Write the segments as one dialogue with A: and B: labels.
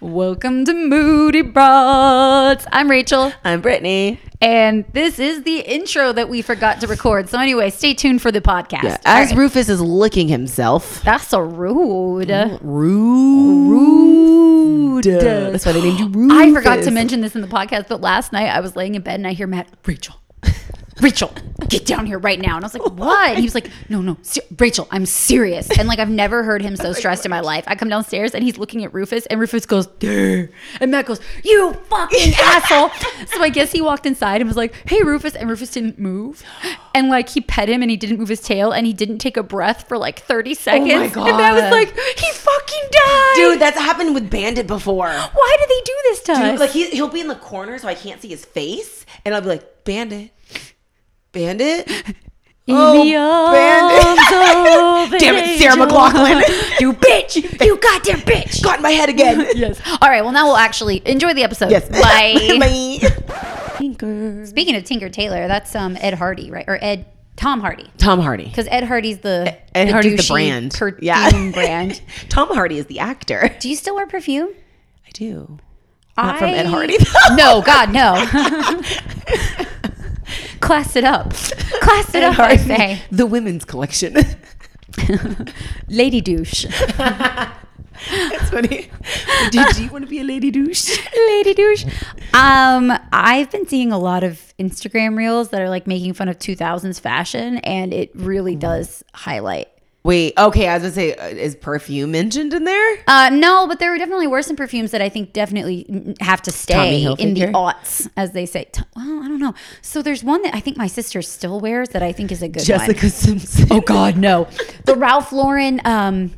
A: Welcome to Moody Broads. I'm Rachel,
B: I'm Brittany.
A: and this is the intro that we forgot to record. So, anyway, stay tuned for the podcast.
B: As
A: All right.
B: Rufus is licking himself.
A: That's so rude.
B: Rude. That's why they named you Rufus.
A: I forgot to mention this in the podcast, but last night I was laying in bed and I hear Matt, Rachel, Rachel, get down here right now. And I was like, what? And he was like, no, no, se- Rachel, I'm serious. And like, I've never heard him
B: Oh
A: so stressed in my life. I come downstairs and he's looking at Rufus and Rufus goes, "Durr." and Matt goes, you fucking asshole. So I guess he walked inside and was like, hey, Rufus. And Rufus didn't move. And like, he pet him and he didn't move his tail and he didn't take a breath for like 30 seconds. And I was
B: Oh God.
A: like, he fucking died.
B: Dude, that's happened with Bandit before.
A: why do they do this to us?
B: Dude, like he, he'll be in the corner so I can't see his face, and I'll be like, Bandit, Bandit.
A: In
B: Oh,
A: the arms
B: bandit.
A: of an
B: Damn it, Sarah
A: angel.
B: McLachlan.
A: you bitch! You goddamn bitch!
B: Got in my head again.
A: Yes. All right. Well, now we'll actually enjoy the episode.
B: Yes.
A: Bye.
B: Bye.
A: Speaking of Tinker Taylor, that's um Ed Hardy, right? Or Ed Tom Hardy,
B: Tom Hardy.
A: because Ed Hardy's the
B: E-, Ed
A: the
B: Hardy's the
A: douchey
B: brand.
A: perfume
B: Yeah.
A: brand.
B: Tom Hardy is the actor.
A: Do you still wear perfume?
B: I do. Not from Ed
A: I-
B: Hardy.
A: no, God, no. Class it up. Class it up, I say.
B: The women's collection.
A: Lady douche.
B: That's funny. Did you want to be a lady douche?
A: Lady douche. Um, I've been seeing a lot of Instagram reels that are like making fun of 2000s fashion, and it really
B: Mm-hmm.
A: does highlight.
B: Wait, okay. I was gonna say, uh, is perfume mentioned in there?
A: Uh, no, but there were definitely worse in perfumes that I think definitely n- have to stay
B: Tommy
A: in the
B: Hilfiger?
A: aughts, as they say. T- Well, I don't know. So there's one that I think my sister still wears that I think is a good one.
B: Simpson.
A: Oh God, no! The Ralph Lauren, um,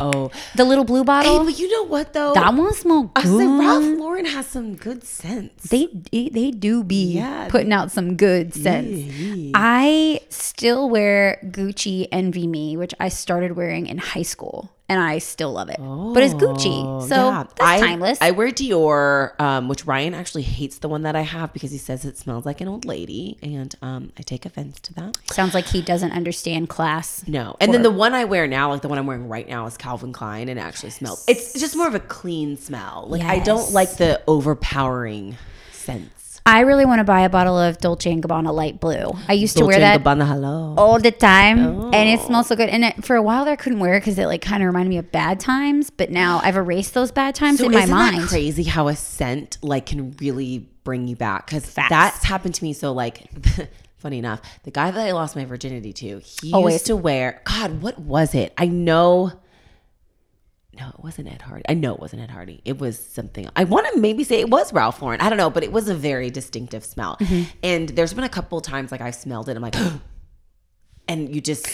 B: Oh,
A: the little blue
B: hey,
A: bottle.
B: Oh, but you know what though?
A: that one smells
B: I was like,
A: good.
B: Ralph Lauren has some good sense.
A: they they- they do be
B: Yeah.
A: putting out some good scents. I still wear Gucci Envy Me, which I started wearing in high school, and I still love it. but it's Gucci, so
B: Oh, Yeah,
A: that's
B: I,
A: timeless.
B: I wear Dior, um, which Ryan actually hates the one that I have because he says it smells like an old lady, and um, I take offense to that.
A: Sounds like he doesn't understand class.
B: No, and then the one I wear now, like the one I'm wearing right now, is Calvin Klein, and it actually smells. It's just more of a clean smell. Like I
A: Yes.
B: don't like the overpowering sense.
A: I really want to buy a bottle of Dolce and Gabbana light blue. I used to wear
B: Dolce
A: that
B: and Gabbana, Oh. hello.
A: all the time, and it smells so good. And it, for a while there, I couldn't wear it because it like kind of reminded me of bad times. But now I've erased those bad times
B: So
A: in my
B: isn't
A: mind.
B: that crazy how a scent like can really bring you back? Because that's happened to me. So like, funny enough, the guy that I lost my virginity to, he
A: Always.
B: used to wear. God, what was it? I know. No, it wasn't Ed Hardy. I know it wasn't Ed Hardy. It was something. I want to maybe say it was Ralph Lauren. I don't know, but it was a very distinctive smell.
A: Mm-hmm.
B: And there's been a couple times like I smelled it. I'm like, and you just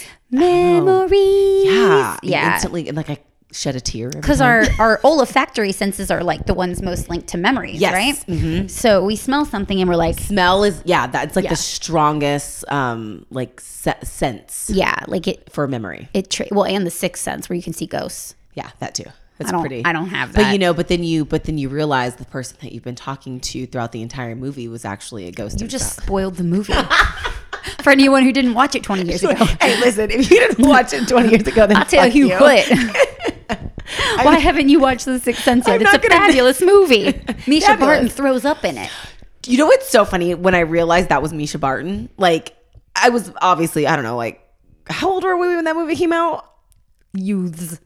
A: Memories.
B: yeah, you
A: Yeah.
B: instantly and like I shed a tear every
A: because our our olfactory senses are like the ones most linked to memories,
B: Yes.
A: right? So we smell something and we're like,
B: smell is yeah that's like
A: Yeah.
B: the strongest um like se- sense
A: yeah, like it
B: for memory
A: it tra- well, and the sixth sense where you can see ghosts.
B: yeah that too that's
A: I don't
B: pretty
A: I don't have that.
B: but you know but then you but then you realize the person that you've been talking to throughout the entire movie was actually a ghost
A: you just spoiled the movie for anyone who didn't watch it twenty years ago.
B: hey listen if you didn't watch it 20 years ago then
A: I'll tell
B: fuck
A: you, what. Why haven't you watched The Sixth Sense yet?
B: I'm
A: It's a
B: not gonna-
A: fabulous movie. Misha
B: Fabulous.
A: Barton throws up in it.
B: you know what's so funny when i realized that was misha barton like i was obviously i don't know like how old were we when that movie came out
A: Youths.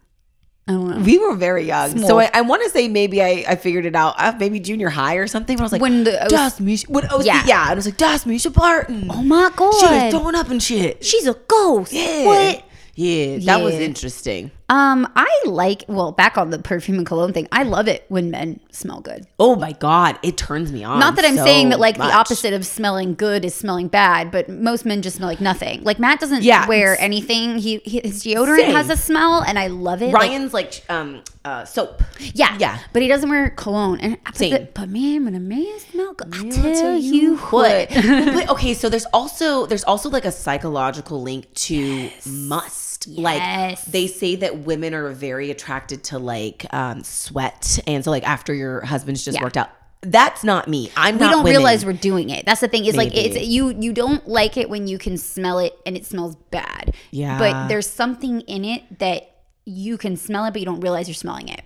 A: I don't know.
B: we were very young,
A: Small.
B: so I, I want to say maybe I, I figured it out, uh, maybe junior high or something. But I was like,
A: When the-
B: Das Misha, when OC,
A: Yeah.
B: yeah. and I was like, Das Misha Barton.
A: Oh my god.
B: she was throwing up and shit.
A: She's a ghost.
B: yeah.
A: What?
B: Yeah, that was
A: Yeah.
B: interesting.
A: Um, I like well, back on the perfume and cologne thing, I love it when men smell good.
B: Oh my god, it turns me on.
A: Not that I'm
B: so
A: saying that like
B: much.
A: the opposite of smelling good is smelling bad, but most men just smell like nothing. Like Matt doesn't
B: Yeah.
A: wear anything. He he- his deodorant
B: Same.
A: has a smell, and I love it. Like,
B: Ryan's like um uh soap.
A: yeah,
B: yeah.
A: but he doesn't wear cologne. And but,
B: Same.
A: the- but man, when a man smells good, I tell you what,
B: But, okay, so there's also there's also like a psychological link to must.
A: Yes.
B: Like they say that women are very attracted to like um, sweat, and so like after your husband's just
A: Yeah.
B: worked out, that's not me. I'm
A: we
B: not.
A: don't
B: women.
A: realize we're doing it. That's the thing. Is like
B: Maybe.
A: it's you you don't like it when you can smell it and it smells bad.
B: Yeah.
A: But there's something in it that you can smell it, but you don't realize you're smelling it.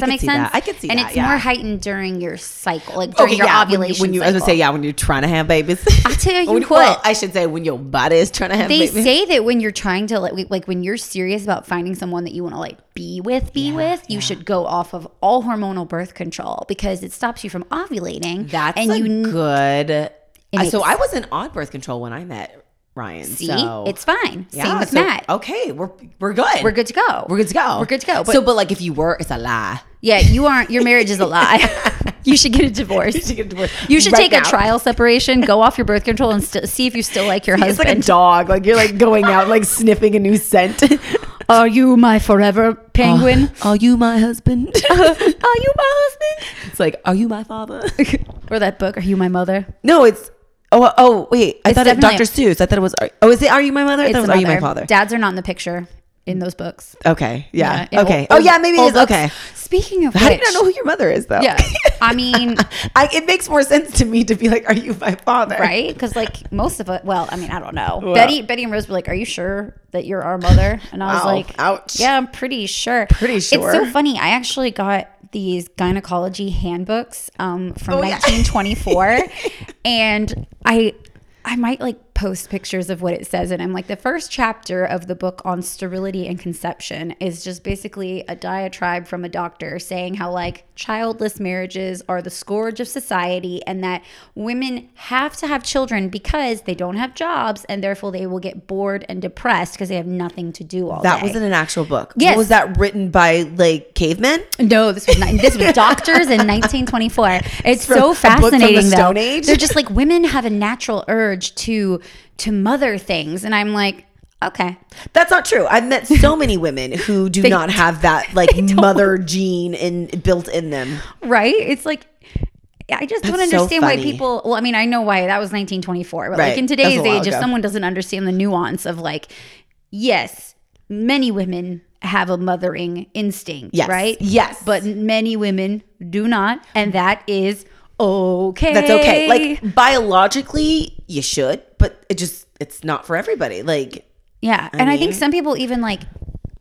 A: Does that
B: could
A: make
B: see
A: sense?
B: that. I could see
A: and
B: that,
A: it's
B: yeah.
A: more heightened during your cycle, like during your
B: yeah, when you-
A: ovulation.
B: When you, I was gonna
A: cycle.
B: say, yeah, when you're trying to have babies.
A: I tell you
B: When-
A: what.
B: well, I should say when your body is trying to have
A: They
B: babies.
A: say that when you're trying to like, like when you're serious about finding someone that you want to like be with, be with, you should go off of all hormonal birth control because it stops you from ovulating.
B: That's
A: and
B: a
A: you n-
B: good. Uh, so
A: makes-
B: I was in on birth control when I met Ryan.
A: see
B: so-
A: it's fine. Same
B: Yeah,
A: with
B: so-
A: Matt.
B: Okay, we're we're good.
A: We're good to go.
B: We're good to go.
A: We're good to go, but-
B: so, but like if you were, it's a lie.
A: Yeah, you aren't. Your marriage is a lie. you should get a divorce.
B: should get divorced
A: You should
B: right
A: take
B: now.
A: a trial separation, go off your birth control, and st- see if you still like your
B: It's like a
A: husband.
B: dog. Like you're like going out, like sniffing a new scent. Oh,
A: Are you my forever penguin?
B: are you my husband?
A: Are you my husband?
B: it's like, are you my father?
A: Or that book? Are you my mother?
B: no, it's. Oh, oh, wait. I
A: It's
B: thought it Dr.
A: definitely-
B: Seuss. I thought it was. Oh, is it? Are you my mother? I thought it was.
A: the
B: Are you my
A: mother.
B: father?
A: Dads are not in the picture in those books.
B: Okay. Yeah.
A: in
B: okay.
A: old-
B: oh yeah, maybe it
A: old
B: is.
A: books.
B: Okay.
A: Speaking of
B: How do
A: which,
B: you not know who your mother is though?
A: yeah, I mean,
B: I, it makes more sense to me to be like, "Are you my father?"
A: right? Because like most of it, well, I mean, I don't know. Betty, Betty and Rose were like, "Are you sure that you're our mother?" And I was
B: Wow.
A: like,
B: Ouch.
A: Yeah, I'm pretty sure.
B: Pretty
A: It's so
B: sure.
A: funny. I actually got these gynecology handbooks um, from
B: Oh, yeah.
A: 1924, and I. I might like post pictures of what it says. And I'm like, the first chapter of the book on sterility and conception is just basically a diatribe from a doctor saying how, like, childless marriages are the scourge of society and that women have to have children because they don't have jobs and therefore they will get bored and depressed because they have nothing to do all
B: That
A: day.
B: wasn't an actual book.
A: Yes.
B: Was that written by like cavemen?
A: No, this was not, this was doctors in 1924. It's
B: From a
A: so
B: book from the
A: fascinating. though.
B: Stone Age?
A: They're just like women have a natural urge to to mother things, and I'm like, okay,
B: That's not true. I've met so many women who do not have that like mother gene in built in them.
A: right? It's like. I just don't
B: That's so
A: understand why
B: funny.
A: people. Well, I mean, I know why that was 1924, but
B: Right.
A: like in
B: That was a
A: today's
B: while
A: age, if
B: ago.
A: someone doesn't understand the nuance of like, yes, many women have a mothering instinct,
B: Yes.
A: right?
B: Yes.
A: but many women do not, and that is okay.
B: That's okay. Like biologically, you should, but it just it's not for everybody. Like
A: Yeah, and I think
B: mean-
A: some people even like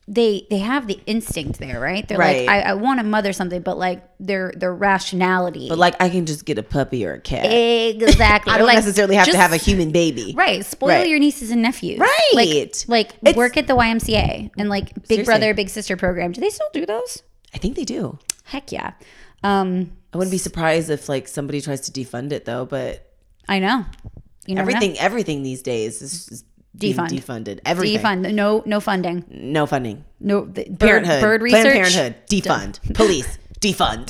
A: they they have the instinct there, right? They're
B: Right.
A: like, I, I want to mother something, but like their their rationality.
B: but like I can just get a puppy or a cat.
A: exactly.
B: I
A: Or,
B: don't
A: like,
B: necessarily have to
A: just-
B: have a human baby.
A: Right, spoil
B: Right.
A: your nieces and nephews.
B: Right.
A: like, like
B: It's-
A: work at the YMCA and like Big
B: Seriously.
A: Brother, Big Sister program. Do they still do those?
B: I think they do.
A: Heck yeah. Um,
B: I wouldn't be surprised if like somebody tries to defund it though, but
A: I know. You never know
B: everything everything these days is just being
A: Defund.
B: defunded. Everything.
A: Defund. No, no funding.
B: No funding.
A: No the, bird-
B: Parenthood.
A: Bird research.
B: Planned Parenthood. Defund. Police. Defund.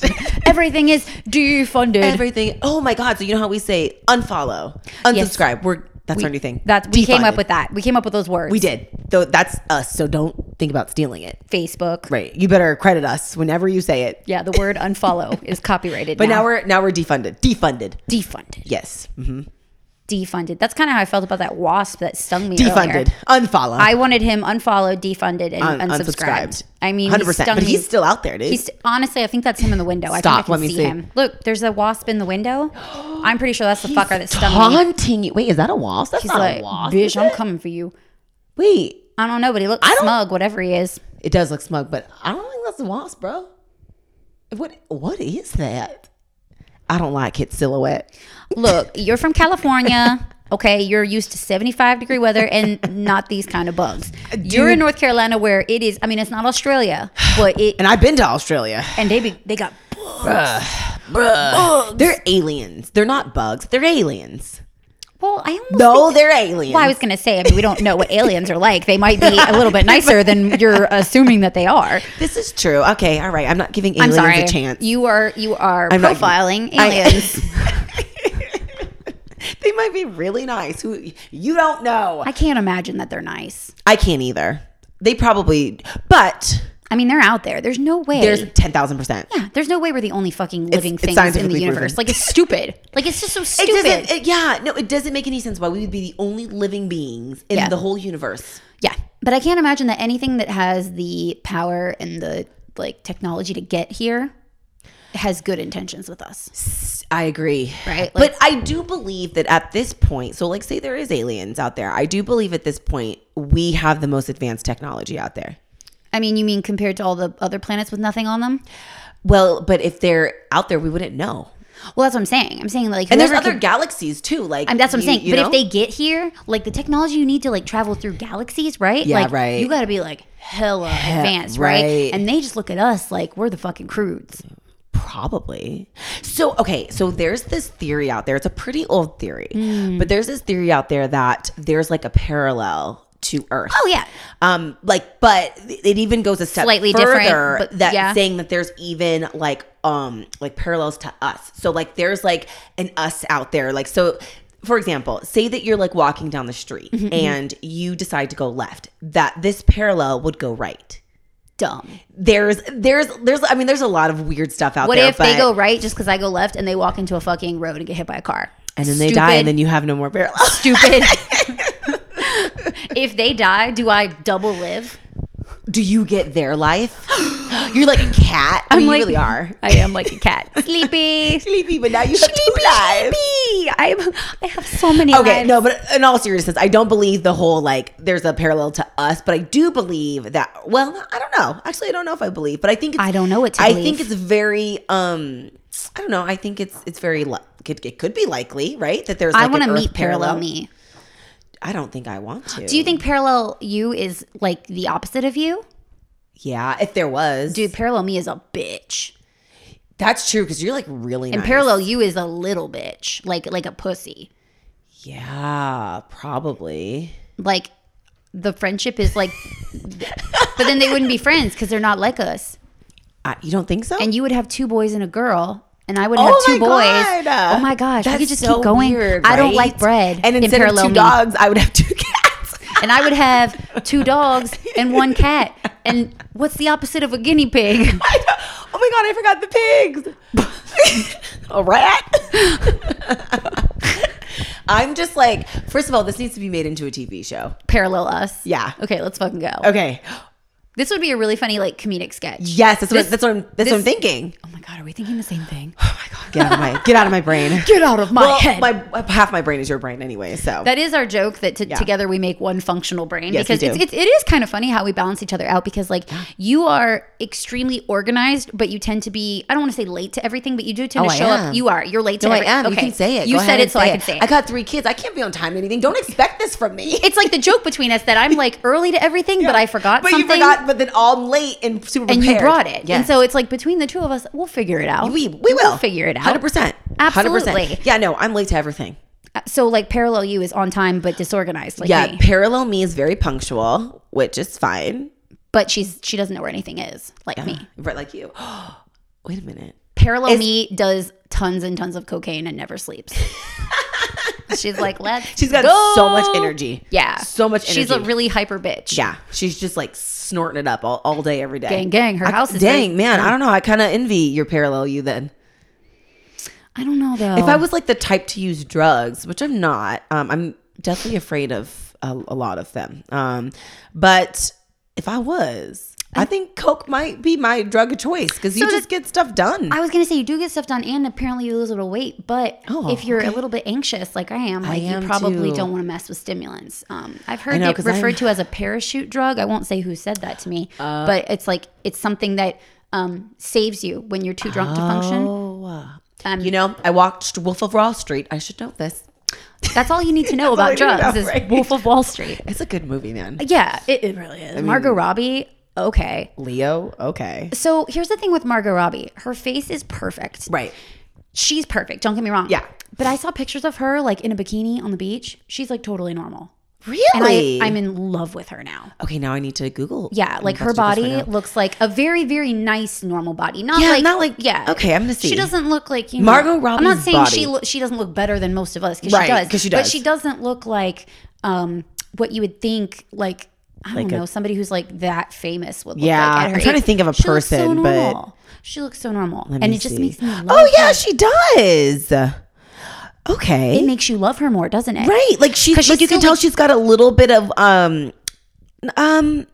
A: Everything is defunded.
B: Everything. Oh my god. So you know how we say unfollow, unsubscribe. We're that's our new thing.
A: That's we came up
B: Defunded.
A: with that. We came up with those words.
B: We did. Though that's us. So don't think about stealing it.
A: Facebook.
B: Right. You better credit us whenever you say it.
A: Yeah, the word unfollow is copyrighted.
B: But
A: now.
B: now we're now we're defunded. Defunded.
A: defunded.
B: Yes. Mhm.
A: Defunded. That's kind of how I felt about that wasp that stung me.
B: Defunded.
A: Earlier.
B: Unfollow.
A: I wanted him unfollowed, defunded, and
B: Un-
A: unsubscribed. I mean, he
B: 100%.
A: stung
B: But he's
A: me.
B: still out there, dude.
A: He's honestly, I think that's him in the window. I think I
B: Stop,
A: can
B: let me
A: see,
B: see.
A: him. Look, there's a wasp in the window. I'm pretty sure that's the fucker that stung me.
B: taunting you. Wait, is that a wasp? That's
A: He's
B: not
A: like,
B: a wasp. is
A: bitch, I'm
B: it?
A: coming for you.
B: Wait.
A: I don't know, but he looks
B: I don't-
A: smug, whatever he is.
B: It does look smug, but I don't think that's a wasp, bro. What what is that? I don't like its silhouette.
A: Look, you're from California. Okay, you're used to 75 degree weather and not these kind of bugs. You're in North Carolina where it is. I mean, it's not Australia, but it
B: And I've been to Australia.
A: and they be, they got
B: Bugs. They're aliens. They're not bugs. They're aliens.
A: well. I almost
B: No,
A: think-
B: they're aliens.
A: Well, I was gonna say. I mean, we don't know what aliens are like. They might be a little bit nicer than you're assuming that they are.
B: this is true. Okay, all right. I'm not giving
A: I'm
B: aliens
A: sorry.
B: a chance.
A: You are you are
B: I'm not-
A: profiling
B: I-
A: aliens.
B: they might be really nice. Who you don't know.
A: I can't imagine that they're nice.
B: I can't either. They probably, but
A: I mean, they're out there. There's no way.
B: there's ten thousand percent.
A: yeah, there's no way we're the only fucking living things
B: it's
A: in the
B: scientifically proven.
A: universe. Like it's stupid. Like it's just so
B: It
A: stupid.
B: doesn't. It, yeah, no, it doesn't make any sense why we would be the only living beings in
A: Yeah.
B: the whole universe.
A: Yeah. But I can't imagine that anything that has the power and the like technology to get here has good intentions with us.
B: I agree.
A: Right? Like-
B: but I do believe that at this point, so like say there is aliens out there, I do believe at this point we have the most advanced technology out there.
A: I mean, you mean compared to all the other planets with nothing on them?
B: Well, but if they're out there, we wouldn't know.
A: Well, that's what I'm saying. I'm saying like
B: And there's
A: whoever
B: other
A: could-
B: galaxies too. Like
A: And that's what I'm
B: you-
A: saying.
B: you
A: but
B: know?
A: if they get here, like the technology you need to like travel through galaxies, right?
B: Yeah,
A: like,
B: right.
A: You got to be like hella advanced, right?
B: right.
A: And they just look at us like we're the fucking crudes.
B: Probably. So, okay, so there's this theory out there. It's a pretty old theory,
A: Hmm.
B: but there's this theory out there that there's like a parallel to Earth.
A: Oh yeah,
B: Um, like, but it even goes a step
A: Slightly
B: further
A: different, but
B: that
A: yeah.
B: saying that there's even like um like parallels to us. So like there's like an us out there. Like so for example, say that you're like walking down the street
A: Mm-hmm,
B: and you decide to go left, that this parallel would go right.
A: dumb.
B: There's there's there's I mean there's a lot of weird stuff out
A: What
B: there.
A: if they
B: but-
A: go right just because I go left and they walk into a fucking road and get hit by a car?
B: and then they die and
A: Stupid.
B: then you have no more parallels.
A: stupid. if they die, do I double live?
B: Do you get their life? You're like a cat. I mean, you really are.
A: I am like a cat, sleepy.
B: Sleepy, but now you have two lives.
A: I I have so many.
B: Okay,
A: lives.
B: no, but in all seriousness, I don't believe the whole like there's a parallel to us, but I do believe that. Well, I don't know. Actually, I don't know if I believe, but I think it's,
A: I don't know what to
B: I
A: believe.
B: think it's very. um I don't know. I think it's it's very li- could it could be likely, right? That there's. Like
A: I want to
B: an Earth
A: meet parallel me.
B: I don't think I want to.
A: Do you think parallel you is like the opposite of you?
B: Yeah, if there was,
A: Dude, parallel me is a bitch.
B: that's true because you're like really
A: And
B: nice.
A: parallel you is a little bitch, like like a pussy.
B: Yeah, probably.
A: Like the friendship is like But then they wouldn't be friends cuz they're not like us.
B: I, you don't think so?
A: And you would have two boys and a girl. And I would
B: Oh
A: have two
B: my
A: boys.
B: God.
A: Oh my gosh! I
B: That's
A: could just
B: so
A: keep going.
B: weird,
A: I don't
B: right?
A: like bread.
B: And
A: in
B: instead of
A: parallel
B: two
A: me.
B: dogs, I would have two cats.
A: and I would have two dogs and one cat. And what's the opposite of a guinea pig?
B: I know. Oh my god, I forgot the pigs. a rat. I'm just like, first of all, this needs to be made into a TV show.
A: Parallel us.
B: Yeah.
A: Okay, let's fucking go.
B: Okay.
A: This would be a really funny like comedic sketch.
B: Yes, that's what
A: This-
B: that's what I'm that's what
A: this-
B: I'm thinking.
A: Oh my god, are we thinking the same thing?
B: Oh my god, get out of my get out of my brain.
A: Get out of my
B: well,
A: head.
B: My half my brain is your brain anyway, so
A: that is our joke that t- together we make one functional brain
B: Yes, we
A: because
B: do.
A: it's, it's, it is kind of funny how we balance each other out because like you are extremely organized but you tend to be I don't want to say late to everything but you do tend
B: Oh,
A: to
B: I
A: show
B: am.
A: up you are you're late to
B: no, I
A: every-
B: am. You can say it.
A: you
B: Go
A: said
B: ahead
A: it
B: and
A: so I can say it
B: I got three kids. I can't be on time to anything. Don't expect this from me.
A: it's like the joke between us that I'm like early to everything but I forgot
B: But
A: something
B: you forgot. But then all late and super
A: and you
B: prepared.
A: brought it.
B: Yes.
A: And so it's like between the two of us, we'll figure it out.
B: we we will
A: We'll figure it out.
B: Hundred percent.
A: Absolutely.
B: Yeah. No, I'm late to everything.
A: So like parallel you is on time but disorganized like
B: Yeah.
A: me.
B: Parallel me is very punctual, which is fine.
A: But she's she doesn't know where anything is like me.
B: Right, like you. Wait a minute.
A: Parallel me does tons and tons of cocaine and never sleeps. she's like, let's
B: She's got
A: go."
B: so much energy.
A: Yeah.
B: So much energy.
A: She's a really hyper bitch.
B: yeah. She's just like snorting it up all, all day every day.
A: Gang gang. Her house is
B: Dang,
A: very-
B: man, I don't know. I kind of envy your parallel you then.
A: I don't know though.
B: If I was like the type to use drugs, which I'm not, um, I'm deathly afraid of a, a lot of them. Um, but if I was, I think coke might be my drug of choice because you
A: So
B: just get stuff done.
A: I was gonna say you do get stuff done, and apparently you lose a little weight. But
B: Oh,
A: if you're
B: okay.
A: a little bit anxious, like I am, like
B: am
A: you probably
B: too.
A: don't want to mess with stimulants. Um, I've heard
B: know,
A: it
B: 'cause
A: referred
B: I'm-
A: to as a parachute drug. I won't say who said that to me,
B: Uh.
A: but it's like it's something that um, saves you when you're too drunk to function.
B: oh, uh,
A: Um,
B: you know, I watched Wolf of Wall Street. I should know this.
A: That's all you need to know
B: all
A: about
B: you need to
A: drugs
B: know,
A: is
B: right?
A: Wolf of Wall Street.
B: It's a good movie, man.
A: Yeah, it, it really is. Margot Robbie. Okay.
B: Leo, okay,
A: So here's the thing with Margot Robbie. Her face is perfect.
B: right.
A: She's perfect. Don't get me wrong.
B: Yeah.
A: But I saw pictures of her like in a bikini on the beach. She's like totally normal. And
B: Really? Oh
A: I, I'm in love with her now.
B: okay, now I need to Google.
A: Yeah,
B: I'm
A: like her
B: about to do this
A: body
B: right now.
A: looks like a very, very nice normal body. Not
B: Yeah,
A: like
B: not like-
A: yeah.
B: okay, I'm gonna see.
A: She doesn't look like you.
B: Margot
A: know, I'm not
B: Robbie's
A: saying
B: body.
A: she lo- she doesn't look better than most of us because
B: Right,
A: she does.
B: 'cause she
A: But
B: does.
A: she doesn't look like um what you would think like. I don't
B: a-
A: know somebody who's like that famous would look
B: Yeah,
A: like at her
B: I'm trying to
A: age.
B: think of a
A: She looks so
B: person, but-
A: normal. she looks so normal, and
B: me
A: it just
B: see.
A: makes me. Love
B: Oh yeah,
A: her.
B: she does. Okay,
A: it makes you love her more, doesn't it?
B: right like she
A: 'Cause
B: like
A: she's
B: you can
A: still,
B: tell
A: like-
B: she's got a little bit of um um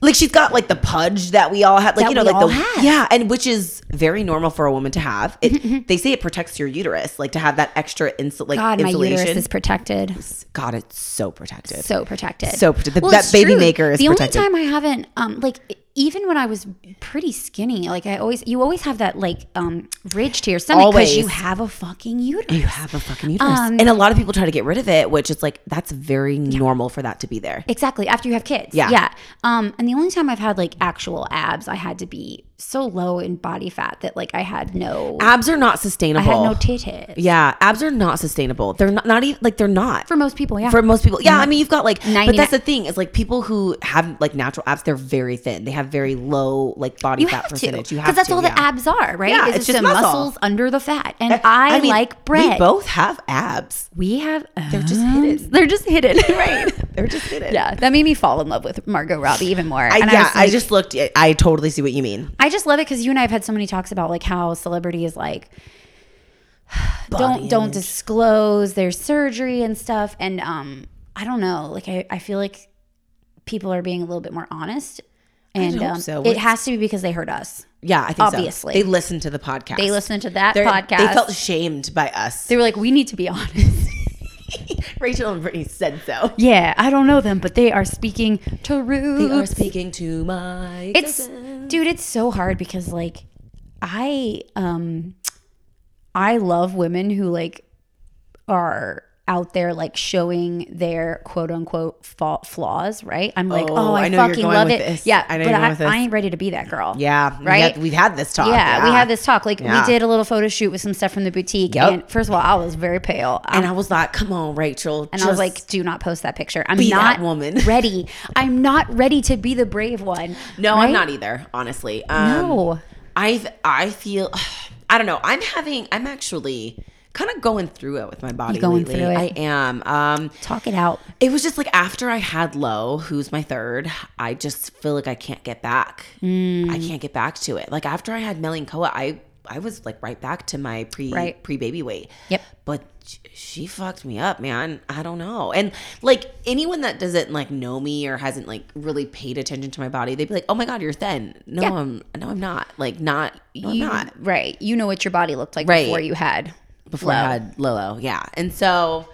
B: like she's got like the pudge that we all had like
A: That
B: you know
A: we
B: like the
A: all have.
B: yeah and which is very normal for a woman to have. It, they say it protects your uterus, like to have that extra insul- like
A: God, my
B: insulation.
A: uterus is protected.
B: God, it's so protected.
A: So protected.
B: So prote- the- that
A: it's
B: baby maker is
A: the
B: protected.
A: only time I haven't, um, like, even when I was pretty skinny, like I always, you always have that like um ridge to your stomach because you
B: Always.
A: have a fucking uterus.
B: you have a fucking uterus,
A: Um,
B: and a lot of people try to get rid of it, which is like that's very normal for that to be there.
A: Exactly. After you have kids.
B: Yeah.
A: Yeah. Um, and the only time I've had like actual abs, I had to be so low in body fat that like I had no,
B: Abs are not
A: I
B: sustainable.
A: had no titties.
B: yeah, abs are not sustainable. They're not, not even like they're not.
A: For most people, yeah.
B: for most people. Yeah, I mean, you've got like, but
A: 99
B: that's the thing is like people who have like natural abs, they're very thin. They have very low like body
A: you
B: fat
A: have to,
B: percentage.
A: because that's all
B: yeah.
A: the abs are, right?
B: Yeah,
A: Is
B: it's
A: the
B: just muscle.
A: muscles under the fat, and
B: That-
A: I,
B: mean,
A: like bread.
B: We both have abs.
A: We have they're
B: just hidden.
A: They're just hidden, right?
B: They're just hidden.
A: yeah, that made me fall in love with Margot Robbie even more.
B: I,
A: And
B: yeah, I,
A: was like-
B: just looked. I- I totally see what you mean.
A: I just love it because you and I have had so many talks about like how celebrity is like don't
B: Body
A: don't
B: image.
A: disclose their surgery and stuff. And um, I don't know, like I, I feel like people are being a little bit more honest, and
B: hope
A: um,
B: so.
A: it
B: What's-
A: has to be because they heard us.
B: Yeah, I think so.
A: Obviously.
B: they listened to the podcast.
A: They listened to that
B: They're-
A: podcast.
B: They felt shamed by us.
A: they were like, we need to be honest.
B: Rachel and Brittany said so.
A: yeah, I don't know them, but they are speaking truth.
B: They are speaking to my.
A: it's dude it's so hard because like i um i love women who like are out there like showing their quote unquote fa- flaws right i'm like oh,
B: Oh,
A: I,
B: I know you're
A: fucking
B: going
A: love
B: with
A: it
B: this.
A: yeah
B: I know
A: but
B: you're going
A: I,
B: with this.
A: I ain't ready to be that girl
B: yeah, we
A: right
B: had- We've had this talk.
A: yeah, we had this talk. Like
B: Yeah.
A: we did a little photo shoot with some stuff from the boutique.
B: Yep.
A: And first of all, I was very pale. I-
B: and I was like, "Come on, Rachel."
A: and I was like, do not post that picture. I'm
B: be
A: not
B: that woman."
A: ready. I'm not ready to be the brave one.
B: No, I'm
A: right?
B: not either, honestly. Um,
A: No.
B: I've I feel I don't know. I'm having I'm actually kind of going through it with my body
A: going
B: lately.
A: through it.
B: I am. Um
A: Talk it out.
B: it was just like after I had low, who's my third, I just feel like I can't get back.
A: Mm.
B: I can't get back to it. Like after I had melancholia, I I was like right back to my pre
A: Right.
B: pre baby weight.
A: Yep.
B: But sh- she fucked me up, man. I don't know. And like anyone that doesn't like know me or hasn't like really paid attention to my body, they'd be like, "Oh my god, you're thin." No,
A: Yeah.
B: I'm no, I'm not. Like not. No, I'm
A: you,
B: not.
A: Right. You know what your body looked like
B: Right.
A: before you had.
B: before
A: Low.
B: I had Lolo. Yeah. And so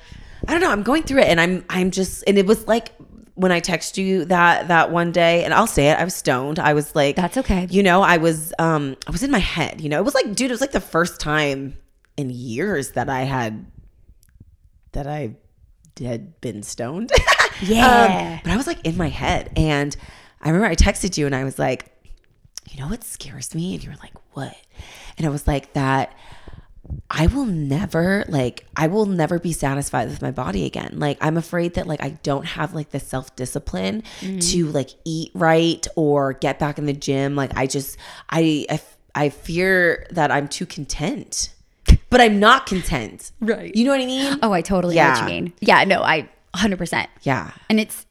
B: I don't know, I'm going through it and I'm I'm just and it was like when I texted you that that one day and I'll say it, I was stoned. I was like
A: That's okay.
B: You know, I was um I was in my head, you know. It was like dude, it was like the first time in years that I had that I had been stoned. Um,
A: Yeah.
B: but I was like in my head. And I remember I texted you and I was like, you know what scares me? And you were like, what? And I was like, that I will never, like, I will never be satisfied with my body again. Like, I'm afraid that, like, I don't have, like, the self discipline
A: Mm-hmm.
B: to, like, eat right or get back in the gym. Like, I just, I, I, f- I fear that I'm too content, but I'm not content.
A: Right.
B: You know what I mean?
A: oh, I totally know what
B: Yeah.
A: you mean. Yeah. No, I 100%.
B: Yeah.
A: And it's,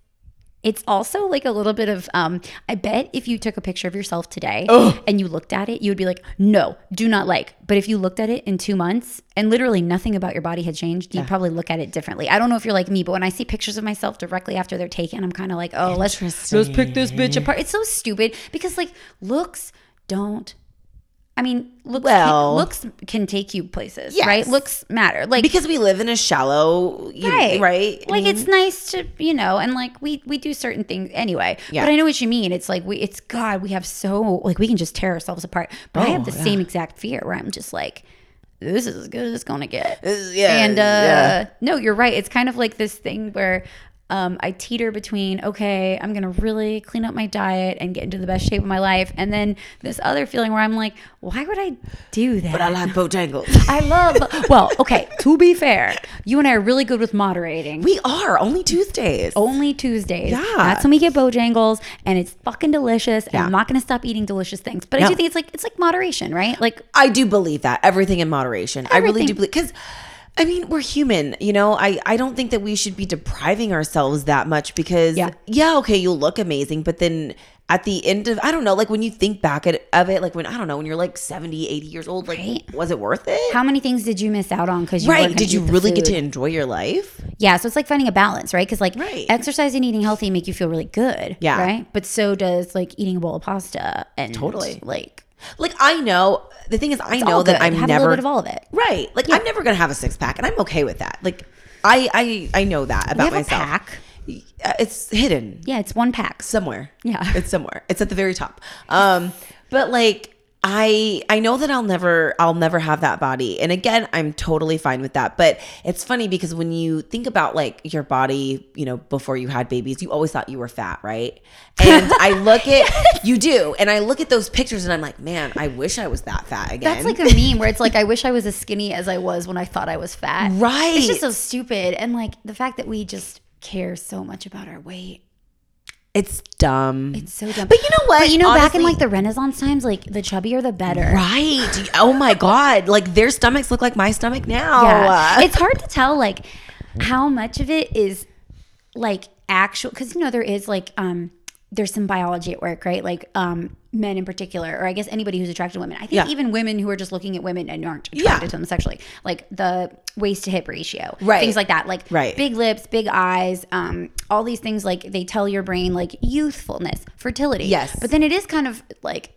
A: it's also like a little bit of um I bet if you took a picture of yourself today and you looked at it you would be like no do not like but if you looked at it in 2 months and literally nothing about your body had changed you'd probably look at it differently. I don't know if you're like me but when I see pictures of myself directly after they're taken I'm kind of like oh let's let's pick this bitch apart. It's so stupid because like looks don't I mean, looks
B: Well-
A: can, looks can take you places,
B: Yes.
A: right? Looks matter. Like
B: because we live in a shallow you know,
A: right,
B: right, right? Mm-hmm. I
A: Like
B: mean,
A: it's nice to you know, and like we we do certain things anyway.
B: Yeah.
A: But I know what you mean. It's like we it's God. We have so like we can just tear ourselves apart. But
B: Oh,
A: I have the same exact fear where I'm just like, this is as good as it's gonna get.
B: uh, yeah,
A: And uh,
B: yeah.
A: no, you're right. It's kind of like this thing where um, I teeter between, okay, I'm going to really clean up my diet and get into the best shape of my life. And then this other feeling where I'm like, why would I do that?
B: but I like Bojangles.
A: I love, well, okay, to be fair, you and I are really good with moderating.
B: we are only Tuesdays.
A: only Tuesdays.
B: Yeah.
A: That's when we get Bojangles and it's fucking delicious. And
B: Yeah.
A: I'm not gonna stop eating delicious things. But I
B: No.
A: do think it's like it's like moderation, right? Like
B: I do believe that everything in moderation. I really do
A: Everything.
B: believe because. I mean, we're human, you know. I, I don't think that we should be depriving ourselves that much because
A: Yeah.
B: yeah, okay, you'll look amazing, but then at the end of I don't know, like when you think back at, of it, like when I don't know, when you're like 70, 80 years old, like
A: Right.
B: was it worth it?
A: how many things did you miss out on because you were
B: right.
A: gonna
B: Did you
A: eat the
B: really get
A: food?
B: to enjoy your life?
A: Yeah, so it's like finding a balance, right? Because like
B: Right.
A: exercise and eating healthy make you feel really good,
B: Yeah.
A: right? But so does like eating a bowl of pasta and
B: Totally.
A: like
B: Like I know the thing is, I
A: It's
B: know
A: all
B: that
A: good.
B: I'm
A: have a
B: never
A: little bit of all of it.
B: right. Like I'm never gonna have a six pack, and I'm okay with that. Like I I I know that about
A: have a
B: myself.
A: pack.
B: Uh, It's hidden
A: Yeah, it's one pack.
B: somewhere.
A: Yeah.
B: It's somewhere. It's at the very top. Um, but like I I know that I'll never I'll never have that body. And again, I'm totally fine with that. But it's funny because when you think about like your body, you know, before you had babies, you always thought you were fat, right? And I look at you do, and I look at those pictures and I'm like, man, I wish I was that fat again.
A: That's like a meme where it's like, I wish I was as skinny as I was when I thought I was fat.
B: Right.
A: It's just so stupid. And like the fact that we just care so much about our weight.
B: it's dumb.
A: It's so dumb.
B: But you know what?
A: But you know, back in
B: Honestly-
A: like the Renaissance times, like the chubbier the better.
B: Right. Oh my God. Like their stomachs look like my stomach now.
A: Yeah. It's hard to tell like how much of it is like actual cuz you know there is like um there's some biology at work, right? Like um men in particular or I guess anybody who's attracted to women. I think
B: Yeah.
A: even women who are just looking at women and aren't attracted
B: Yeah.
A: to them sexually. Like the waist to hip ratio.
B: Right.
A: Things like that. Like
B: Right.
A: big lips, big eyes, um all these things like they tell your brain like youthfulness, fertility.
B: Yes.
A: But then it is kind of like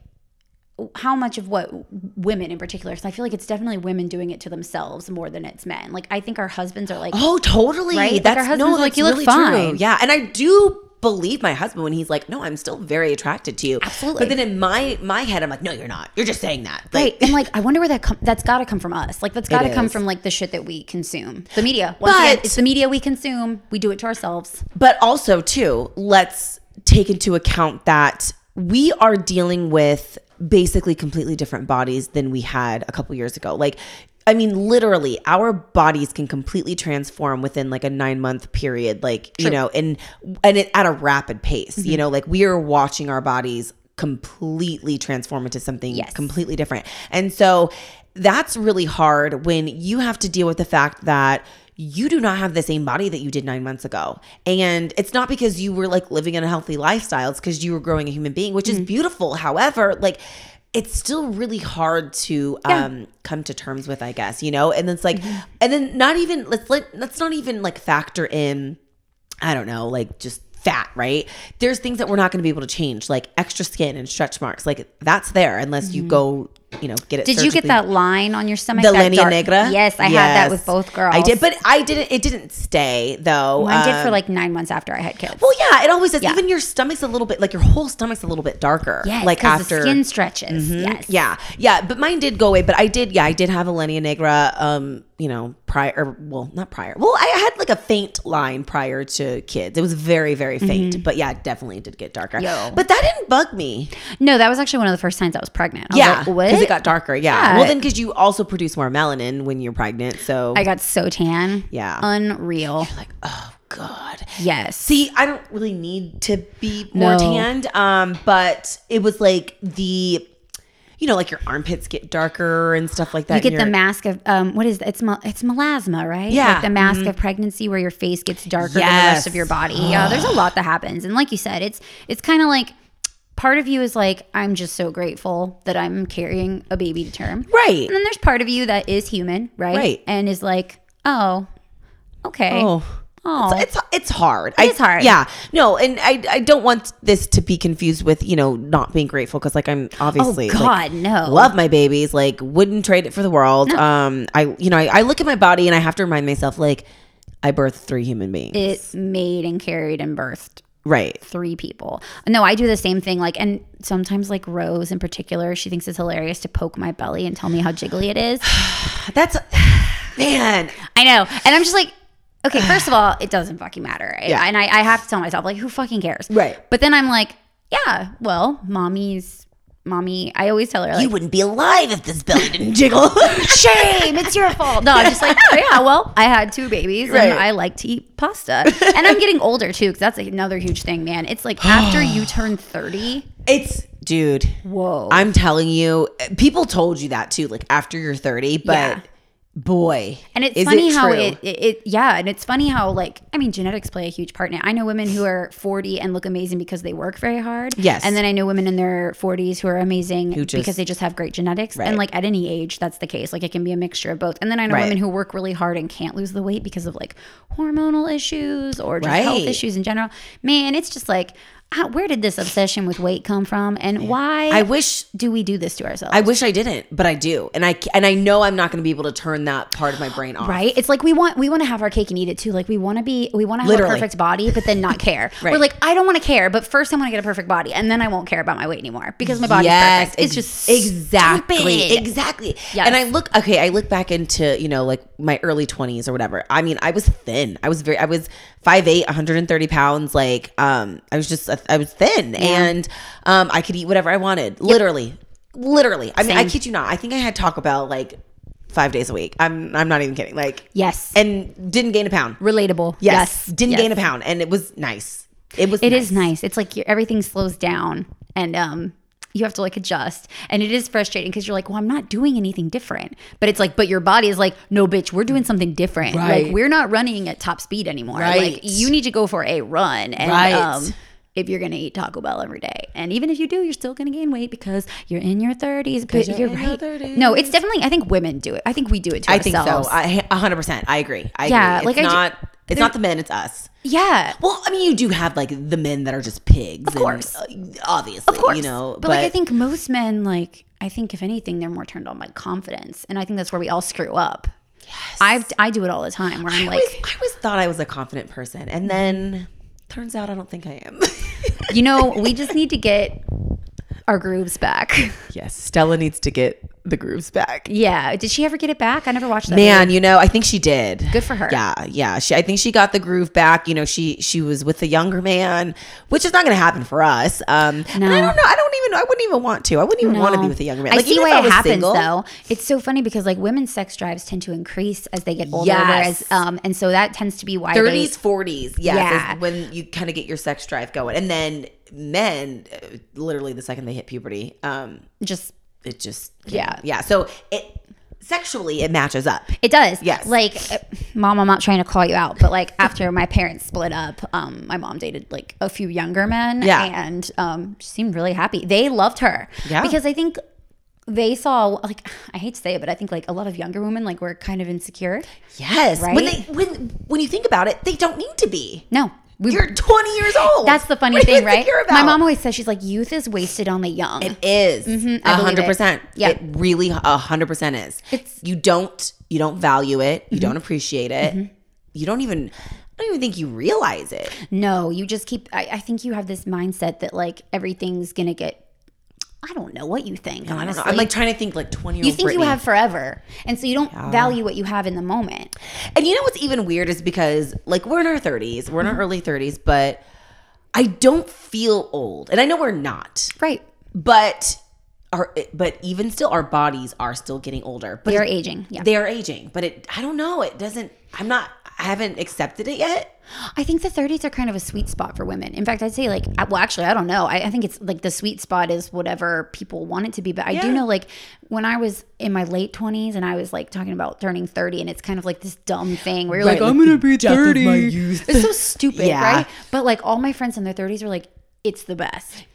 A: how much of what women in particular because i feel like it's definitely women doing it to themselves more than it's men like i think our husbands are like
B: Oh, totally.
A: Right? Like,
B: That's
A: our
B: no,
A: husband's
B: that's
A: like, "You look
B: really true.
A: fine."
B: Yeah, and I do believe my husband when he's like, "No, I'm still very attracted to you."
A: Absolutely.
B: But then in my my head, I'm like, "No, you're not. You're just saying that."
A: right
B: Like,
A: and like i wonder where that com- that's got to come from us like that's got to come
B: is.
A: from like the shit that we consume the media once again,
B: But-
A: it's the media we consume we do it to ourselves
B: But also, too, let's take into account that we are dealing with basically completely different bodies than we had a couple years ago. Like, I mean, literally, our bodies can completely transform within like a nine month period, like you know, and and it, at a rapid pace. You know, like we are watching our bodies completely transform into something
A: Yes.
B: completely different, and so that's really hard when you have to deal with the fact that you do not have the same body that you did nine months ago. And it's not because you were like living an unhealthy lifestyle, it's because you were growing a human being, which is beautiful. However, like it's still really hard to um come to terms with, I guess, you know? And it's like and then not even let's let let's not even like factor in I don't know, like just fat, right? There's things that we're not going to be able to change, like extra skin and stretch marks. Like that's there unless you go, you know, get it.
A: Mm-hmm. did you get
B: surgically
A: that line on your stomach
B: the
A: that
B: linea
A: dark-
B: negra.
A: yes i had that
B: Yes.
A: with both girls
B: I did, but I didn't. It didn't stay though.
A: mine did
B: Um,
A: for like nine months after i had kids
B: Well, yeah, it always is.
A: Yeah.
B: Even your stomach's a little bit like your whole stomach's a little bit darker.
A: yes,
B: like
A: 'cause
B: after Mm-hmm.
A: the skin stretches yes
B: yeah, yeah, but mine did go away. But I did, yeah, I did have a linea negra. Um, you know, prior, or, well, not prior. Well, I had like a faint line prior to kids. It was very, very faint. But yeah, it definitely did get darker.
A: Mm-hmm. Yo.
B: But that didn't bug me.
A: no that was actually one of the first times i was pregnant I was
B: Yeah,
A: like, what
B: because it got darker. Yeah.
A: Yeah.
B: Well, then because you also produce more melanin when you're pregnant. So
A: i got so tan
B: Yeah.
A: unreal
B: like, oh god.
A: yes
B: See, I don't really need to be more
A: No.
B: tanned. Um, but it was like the, you know, like your armpits get darker and stuff like that.
A: You get the
B: and your-
A: mask of um, what is it's mel- it's melasma, right?
B: Yeah. Mm-hmm.
A: like the mask of pregnancy where your face gets darker than the
B: Yes.
A: rest of your body. Yeah, there's a lot that happens, and like you said, it's it's kind of like part of you is like I'm just so grateful that I'm carrying a baby to term,
B: right.
A: and then there's part of you that is human, right?
B: Right.
A: and is like, oh, okay,
B: Oh.
A: Aw.
B: It's, it's it's hard. It
A: is hard.
B: Yeah. No, and I I don't want this to be confused with you know not being grateful because like I'm obviously like,
A: God, no.
B: love my babies like wouldn't trade it for the world. Um, I you know I, I look at my body and I have to remind myself like I birthed three human beings.
A: it made and carried and birthed
B: right.
A: three people. No, I do the same thing. Like, and sometimes, like Rose in particular, she thinks it's hilarious to poke my belly and tell me how jiggly it is.
B: That's man.
A: I know. And I'm just like, okay, first of all, it doesn't fucking matter.
B: Yeah.
A: And I, I have to tell myself, like, who fucking cares?
B: Right.
A: But then I'm like, yeah, well, mommy's mommy. I always tell her, like,
B: You wouldn't be alive if this belly didn't jiggle.
A: shame, it's your fault. No, I'm just like, oh, yeah, well, I had two babies
B: Right.
A: and I like to eat pasta. And I'm getting older too, because that's another huge thing, man. It's like after you turn 30,
B: It's dude.
A: whoa.
B: I'm telling you, people told you that too. Like after you're 30, but
A: Yeah.
B: boy,
A: And it's
B: is
A: funny how
B: true.
A: it, it, it, yeah, and it's funny how like I mean genetics play a huge part in it. I know women who are 40 and look amazing because they work very hard.
B: Yes.
A: And then I know women in their 40s who are amazing
B: just-
A: because they just have great genetics.
B: Right.
A: And like at any age, that's the case. Like it can be a mixture of both. And then I know
B: Right.
A: women who work really hard and can't lose the weight because of like hormonal issues or just health
B: Right.
A: issues in general. Man, it's just like how, where did this obsession with weight come from, and why
B: I wish
A: do we do this to ourselves?
B: I wish I didn't, but I do, and I c- and I know I'm not going to be able to turn that part of my brain off.
A: Right? It's like we want we want to have our cake and eat it too. Like we want to be we want to have
B: Literally.
A: a perfect body, but then not care.
B: Right.
A: We're like, I don't want to care, but first I want to get a perfect body, and then I won't care about my weight anymore because my body's
B: Yes,
A: perfect. It's
B: ex-
A: just
B: exactly,
A: stupid.
B: exactly.
A: Yes.
B: And I look okay. I look back into you know like my early 20s or whatever. I mean, I was thin. I was very. I was 5'8", 130 pounds. Like um, I was just I was thin, and um, I could eat whatever I wanted. Literally, literally. I mean, I
A: Same.
B: kid you not. I think I had Taco Bell like five days a week. I'm I'm not even kidding. Like
A: yes,
B: and didn't gain a pound.
A: relatable.
B: Yes.
A: Yes,
B: Didn't
A: Yes.
B: gain a pound. And it was nice. It was
A: It is nice. It's like you everything slows down and um you have to like adjust. And it is frustrating because you're like, well, I'm not doing anything different. But it's like, but your body is like, no, bitch, we're doing something different.
B: Right.
A: Like we're not running at top speed anymore.
B: Right.
A: Like you need to go for a run. And
B: Right.
A: um if you're gonna eat Taco Bell every day, and even if you do, you're still gonna gain weight because you're in your 30s. But
B: you're
A: you're,
B: in your
A: right.
B: 30s.
A: No, it's definitely. I think women do it. I think we do it to
B: I think so.
A: ourselves.
B: I a hundred percent. I agree. I
A: Yeah,
B: agree. It's
A: like, I ju-
B: not it's
A: there-
B: not the men, it's us.
A: yeah.
B: Well, I mean, you do have like the men that are just pigs. Of
A: course.
B: And, uh, obviously.
A: Of course.
B: You know,
A: but, like I think most men, like I think if anything, they're more turned on by confidence, and I think that's where we all screw up. Yes, I I do it all the time where I'm
B: I always,
A: like,
B: I always thought I was a confident person. And then turns out I don't think I am.
A: you know, we just need to get our grooves back.
B: yes. Stella needs to get the grooves back.
A: yeah, did she ever get it back? I never watched that.
B: Man, you know, I think she did.
A: Good for her.
B: Yeah, yeah. She, I think she got the groove back. You know, she she was with a younger man, which is not going to happen for us. Um, and I
A: No.
B: don't know. I don't even. I wouldn't even want to. I wouldn't even
A: No.
B: want to be with a younger man.
A: I see
B: even if
A: why it
B: was
A: happens
B: single-
A: though. It's so funny because like women's sex drives tend to increase as they get older,
B: Yes.
A: whereas, um, and so that tends to be why they,
B: 30s, 40s. Yes, yeah.
A: Yeah.
B: When you kind of get your sex drive going. And then men, uh, literally the second they hit puberty, um,
A: just
B: it just.
A: Yeah.
B: Yeah. So it sexually, it matches up.
A: It does.
B: Yes.
A: Like, uh, mom, I'm not trying to call you out, but like after my parents split up, um, my mom dated like a few younger men.
B: Yeah.
A: And um, she seemed really happy. They loved her.
B: Yeah.
A: Because I think they saw like I hate to say it, but I think like a lot of younger women like were kind of insecure.
B: Yes. When, they,
A: Right?
B: when, when you think about it, they don't need to be.
A: No. We,
B: You're 20 years old.
A: Mm. that's the funny
B: What do you
A: thing, right?
B: insecure about?
A: My mom always says she's like youth is wasted on the young.
B: It is a
A: I believe
B: hundred
A: it.
B: percent.
A: Yeah.
B: it really a hundred percent is.
A: It's- Mm-hmm.
B: you don't you don't value it. You don't appreciate it. You don't even. I don't even think you realize it.
A: No, you just keep. I, I think you have this mindset that like everything's gonna get. I don't know what you think.
B: I don't
A: honestly.
B: know. I'm like trying to think like 20 year old.
A: you think you have forever and so you don't value what you have in the moment
B: And you know what's even weird is because like we're in our 30s, we're in
A: Mm-hmm.
B: our early 30s, but I don't feel old, and I know we're not,
A: right
B: but our but even still, our bodies are still getting older. But
A: you're
B: it-
A: aging yeah
B: they are aging, but it I don't know. It doesn't. I'm not. I haven't accepted it yet.
A: i think the 30s are kind of a sweet spot for women in fact i'd say like I- well actually i don't know i, I think it's like the sweet spot is whatever people want it to be but i
B: Yeah.
A: do know like when i was in my late 20s and i was like talking about turning 30 and it's kind of like this dumb thing where you're like,
B: Right,
A: i'm
B: like
A: gonna
B: the
A: be
B: death of my
A: 30
B: youth.
A: it's so stupid
B: Yeah.
A: right but like all my friends in their 30s were like it's the best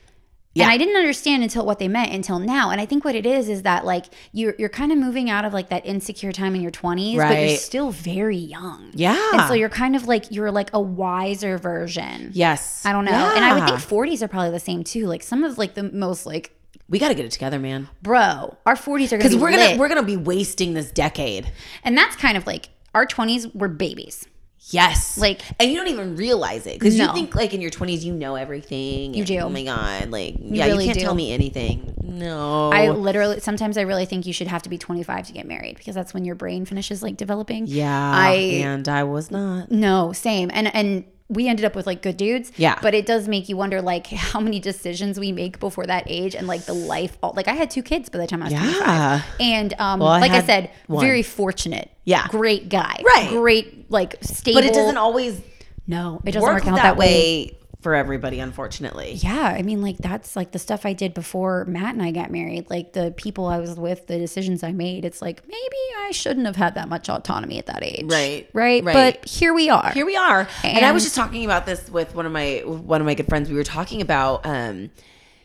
B: Yeah.
A: And I didn't understand until what they meant until now. And I think what it is is that like you're you're kind of moving out of like that insecure time in your 20s, but you're
B: Right.
A: still very young.
B: Yeah.
A: And so you're kind of like you're like a wiser version.
B: Yes.
A: I don't know. And I would
B: Yeah.
A: think 40s are probably the same too. Like some of like the most like
B: we got to get it together, man.
A: bro, our 40s are going to
B: Because
A: be
B: we're gonna
A: lit.
B: we're gonna be wasting this decade.
A: and that's kind of like our 20s were babies.
B: Yes.
A: Like-
B: and you don't even realize it because you
A: No.
B: think like in your twenties you know everything. You
A: do.
B: Oh my god. Like yeah, you
A: really
B: can't
A: do.
B: tell me anything. No.
A: I literally sometimes I really think you should have to be 25 to get married because that's when your brain finishes like developing.
B: yeah.
A: I
B: and I was not.
A: No, same. And and we ended up with like good dudes.
B: Yeah.
A: But it does make you wonder like how many decisions we make before that age and like the life all like I had two kids by the time I was yeah.
B: Yeah.
A: And um
B: I
A: like I
B: had
A: said,
B: one.
A: very fortunate.
B: Yeah.
A: Great guy.
B: Right.
A: Great like stable.
B: But it doesn't always
A: No, it doesn't work,
B: work that,
A: out that, way.
B: way. for everybody, unfortunately.
A: Yeah, I mean, like that's like the stuff I did before Matt and I got married. Like the people I was with, the decisions I made. It's like maybe I shouldn't have had that much autonomy at that age.
B: Right,
A: right.
B: right.
A: But here we are.
B: Here we are. And, I was
A: And-
B: just talking about this with one of my with one of my good friends. We were talking about um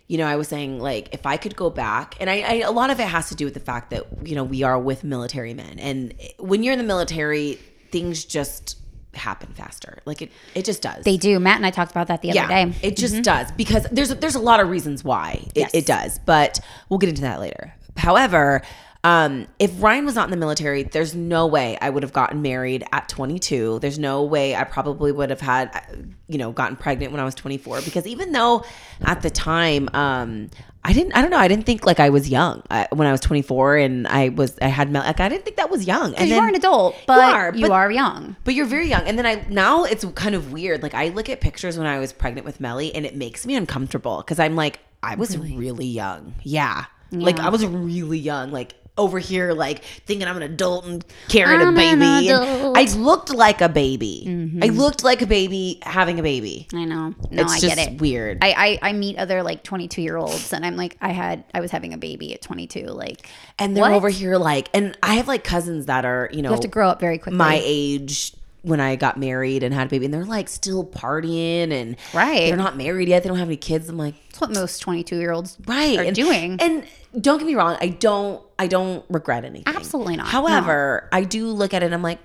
B: you know, I was saying like if I could go back, and I, I a lot of it has to do with the fact that you know we are with military men, and when you're in the military, things just happen faster. Like it, it just does.
A: They do. Matt and I talked about that the other day. Mm-hmm.
B: It just does because there's there's a lot of reasons why it,
A: Yes.
B: it does, but we'll get into that later. However, um, if Ryan was not in the military, there's no way I would have gotten married at 22. There's no way I probably would have had, uh, you know, gotten pregnant when I was 24 because even though at the time, um, I didn't, I don't know, I didn't think like I was young I, when I was 24 and I was, I had, mel- like, I didn't think that was young. And
A: Because you
B: then-
A: are an adult, but you
B: are,
A: are,
B: but-
A: young.
B: but you're very young. And then I now it's kind of weird. Like I look at pictures when I was pregnant with Melly and it makes me uncomfortable because I'm like, I was really, young. Yeah. Like
A: Yeah.
B: I was really young. Like over here, like thinking I'm an adult and carrying a
A: I'm an
B: baby. And
A: adult.
B: I looked like a baby. I looked like a baby having a baby.
A: I know. No,
B: it's
A: I
B: just
A: get it.
B: weird.
A: I, I I meet other like 22 year olds, and I'm like, I had I was having a baby at 22. Like,
B: and they're
A: What?
B: over here like and I have like cousins that are, you know,
A: you have to grow up very quickly.
B: Oh my age when I got married and had a baby, and they're like still partying and
A: Right.
B: They're not married yet. They don't have any kids. I'm like,
A: That's what most 22 year olds
B: right,
A: are
B: and,
A: doing.
B: And don't get me wrong, I don't, I don't regret anything.
A: Absolutely not.
B: However, I do look at it. and I'm like,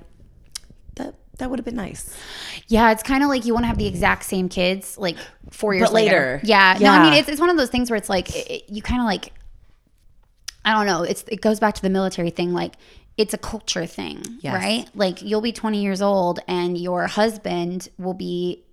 B: that that would have been nice.
A: Yeah, it's kind of like you want to have the exact same kids like four years
B: But later.
A: later. Yeah. No, I
B: Yeah.
A: mean it's, it's one of those things where it's like it, it- you kind of like I don't know. It's it goes back to the military thing. Like it's a culture thing,
B: Yes.
A: right? Like you'll be 20 years old and your husband will be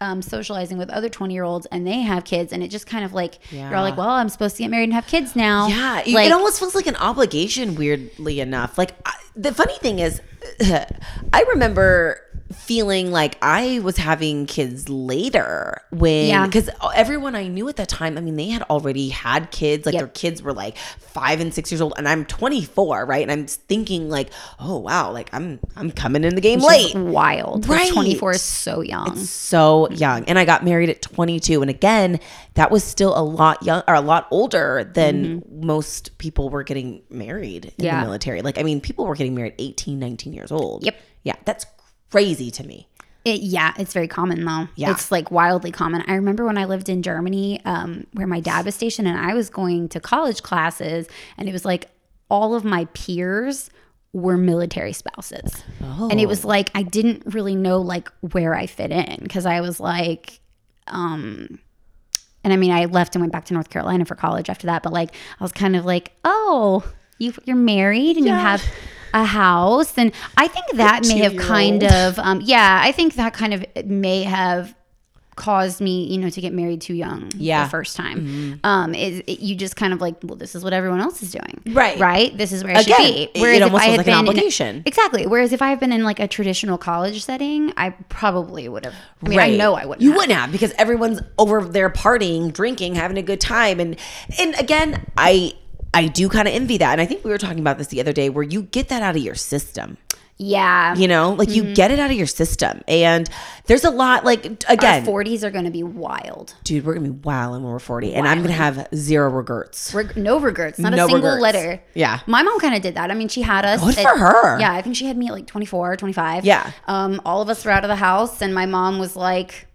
A: um, socializing with other 20 year olds and they have kids and it just kind of like you're all
B: Yeah.
A: like, well, I'm supposed to get married and have kids now.
B: Yeah, it-
A: Like,
B: it almost feels like an obligation. Weirdly enough, like I, the funny thing is, I remember feeling like I was having kids later when
A: Yeah.
B: because everyone I knew at that time, I mean, they had already had kids. Like
A: Yep.
B: their kids were like five and six years old, and I'm 24, right? And I'm thinking like, oh wow, like I'm I'm coming in the game late.
A: it's wild. Like,
B: Right.
A: 24 is so young.
B: so young and i got married at 22 and again that was still a lot young or a lot older than most people were getting married in
A: Mm-hmm. Yeah.
B: the military like i mean people were getting married 18 19 years old
A: Yep.
B: yeah that's crazy to me
A: It, yeah, it's very common though.
B: Yeah.
A: It's like wildly common. I remember when I lived in Germany, um, where my dad was stationed, and I was going to college classes, and it was like all of my peers were military spouses. And it was like I didn't really know like where I fit in because I was like, um, and I mean, I left and went back to North Carolina for college after that. But like, I was kind of like, oh, you you're married and you have a house, and I think that may have kind of, um, yeah, I think that kind of may have caused me, you know, to get married too young,
B: Yeah. Mm-hmm.
A: the first time. Um, is it, you just kind of like, well, this is what everyone else is doing,
B: Right.
A: Right. This is where I
B: Again,
A: should
B: it
A: be. Whereas if
B: almost
A: I
B: feels
A: had
B: like an
A: been in a-
B: obligation.
A: exactly. Whereas if I had been in like a traditional college setting, I probably would have. I mean, I know I wouldn't.
B: You
A: have.
B: wouldn't have because everyone's over there partying, drinking, having a good time, and and again, I I do kind of envy that, and I think we were talking about this the other day, where you get that out of your system.
A: Yeah.
B: You know, like
A: Mm-hmm.
B: you get it out of your system, and there's a lot. Like
A: Our
B: again,
A: 40s are going to be wild.
B: dude, we're gonna be wilding when we're 40, and I'm gonna have zero regrets.
A: Reg- no regrets, not
B: No
A: a single
B: regrets.
A: letter.
B: Yeah.
A: My mom kind of did that. I mean, she had us.
B: Good for her.
A: Yeah. I think she had me at like 24, 25.
B: Yeah.
A: Um, all of us were out of the house, and my mom was like,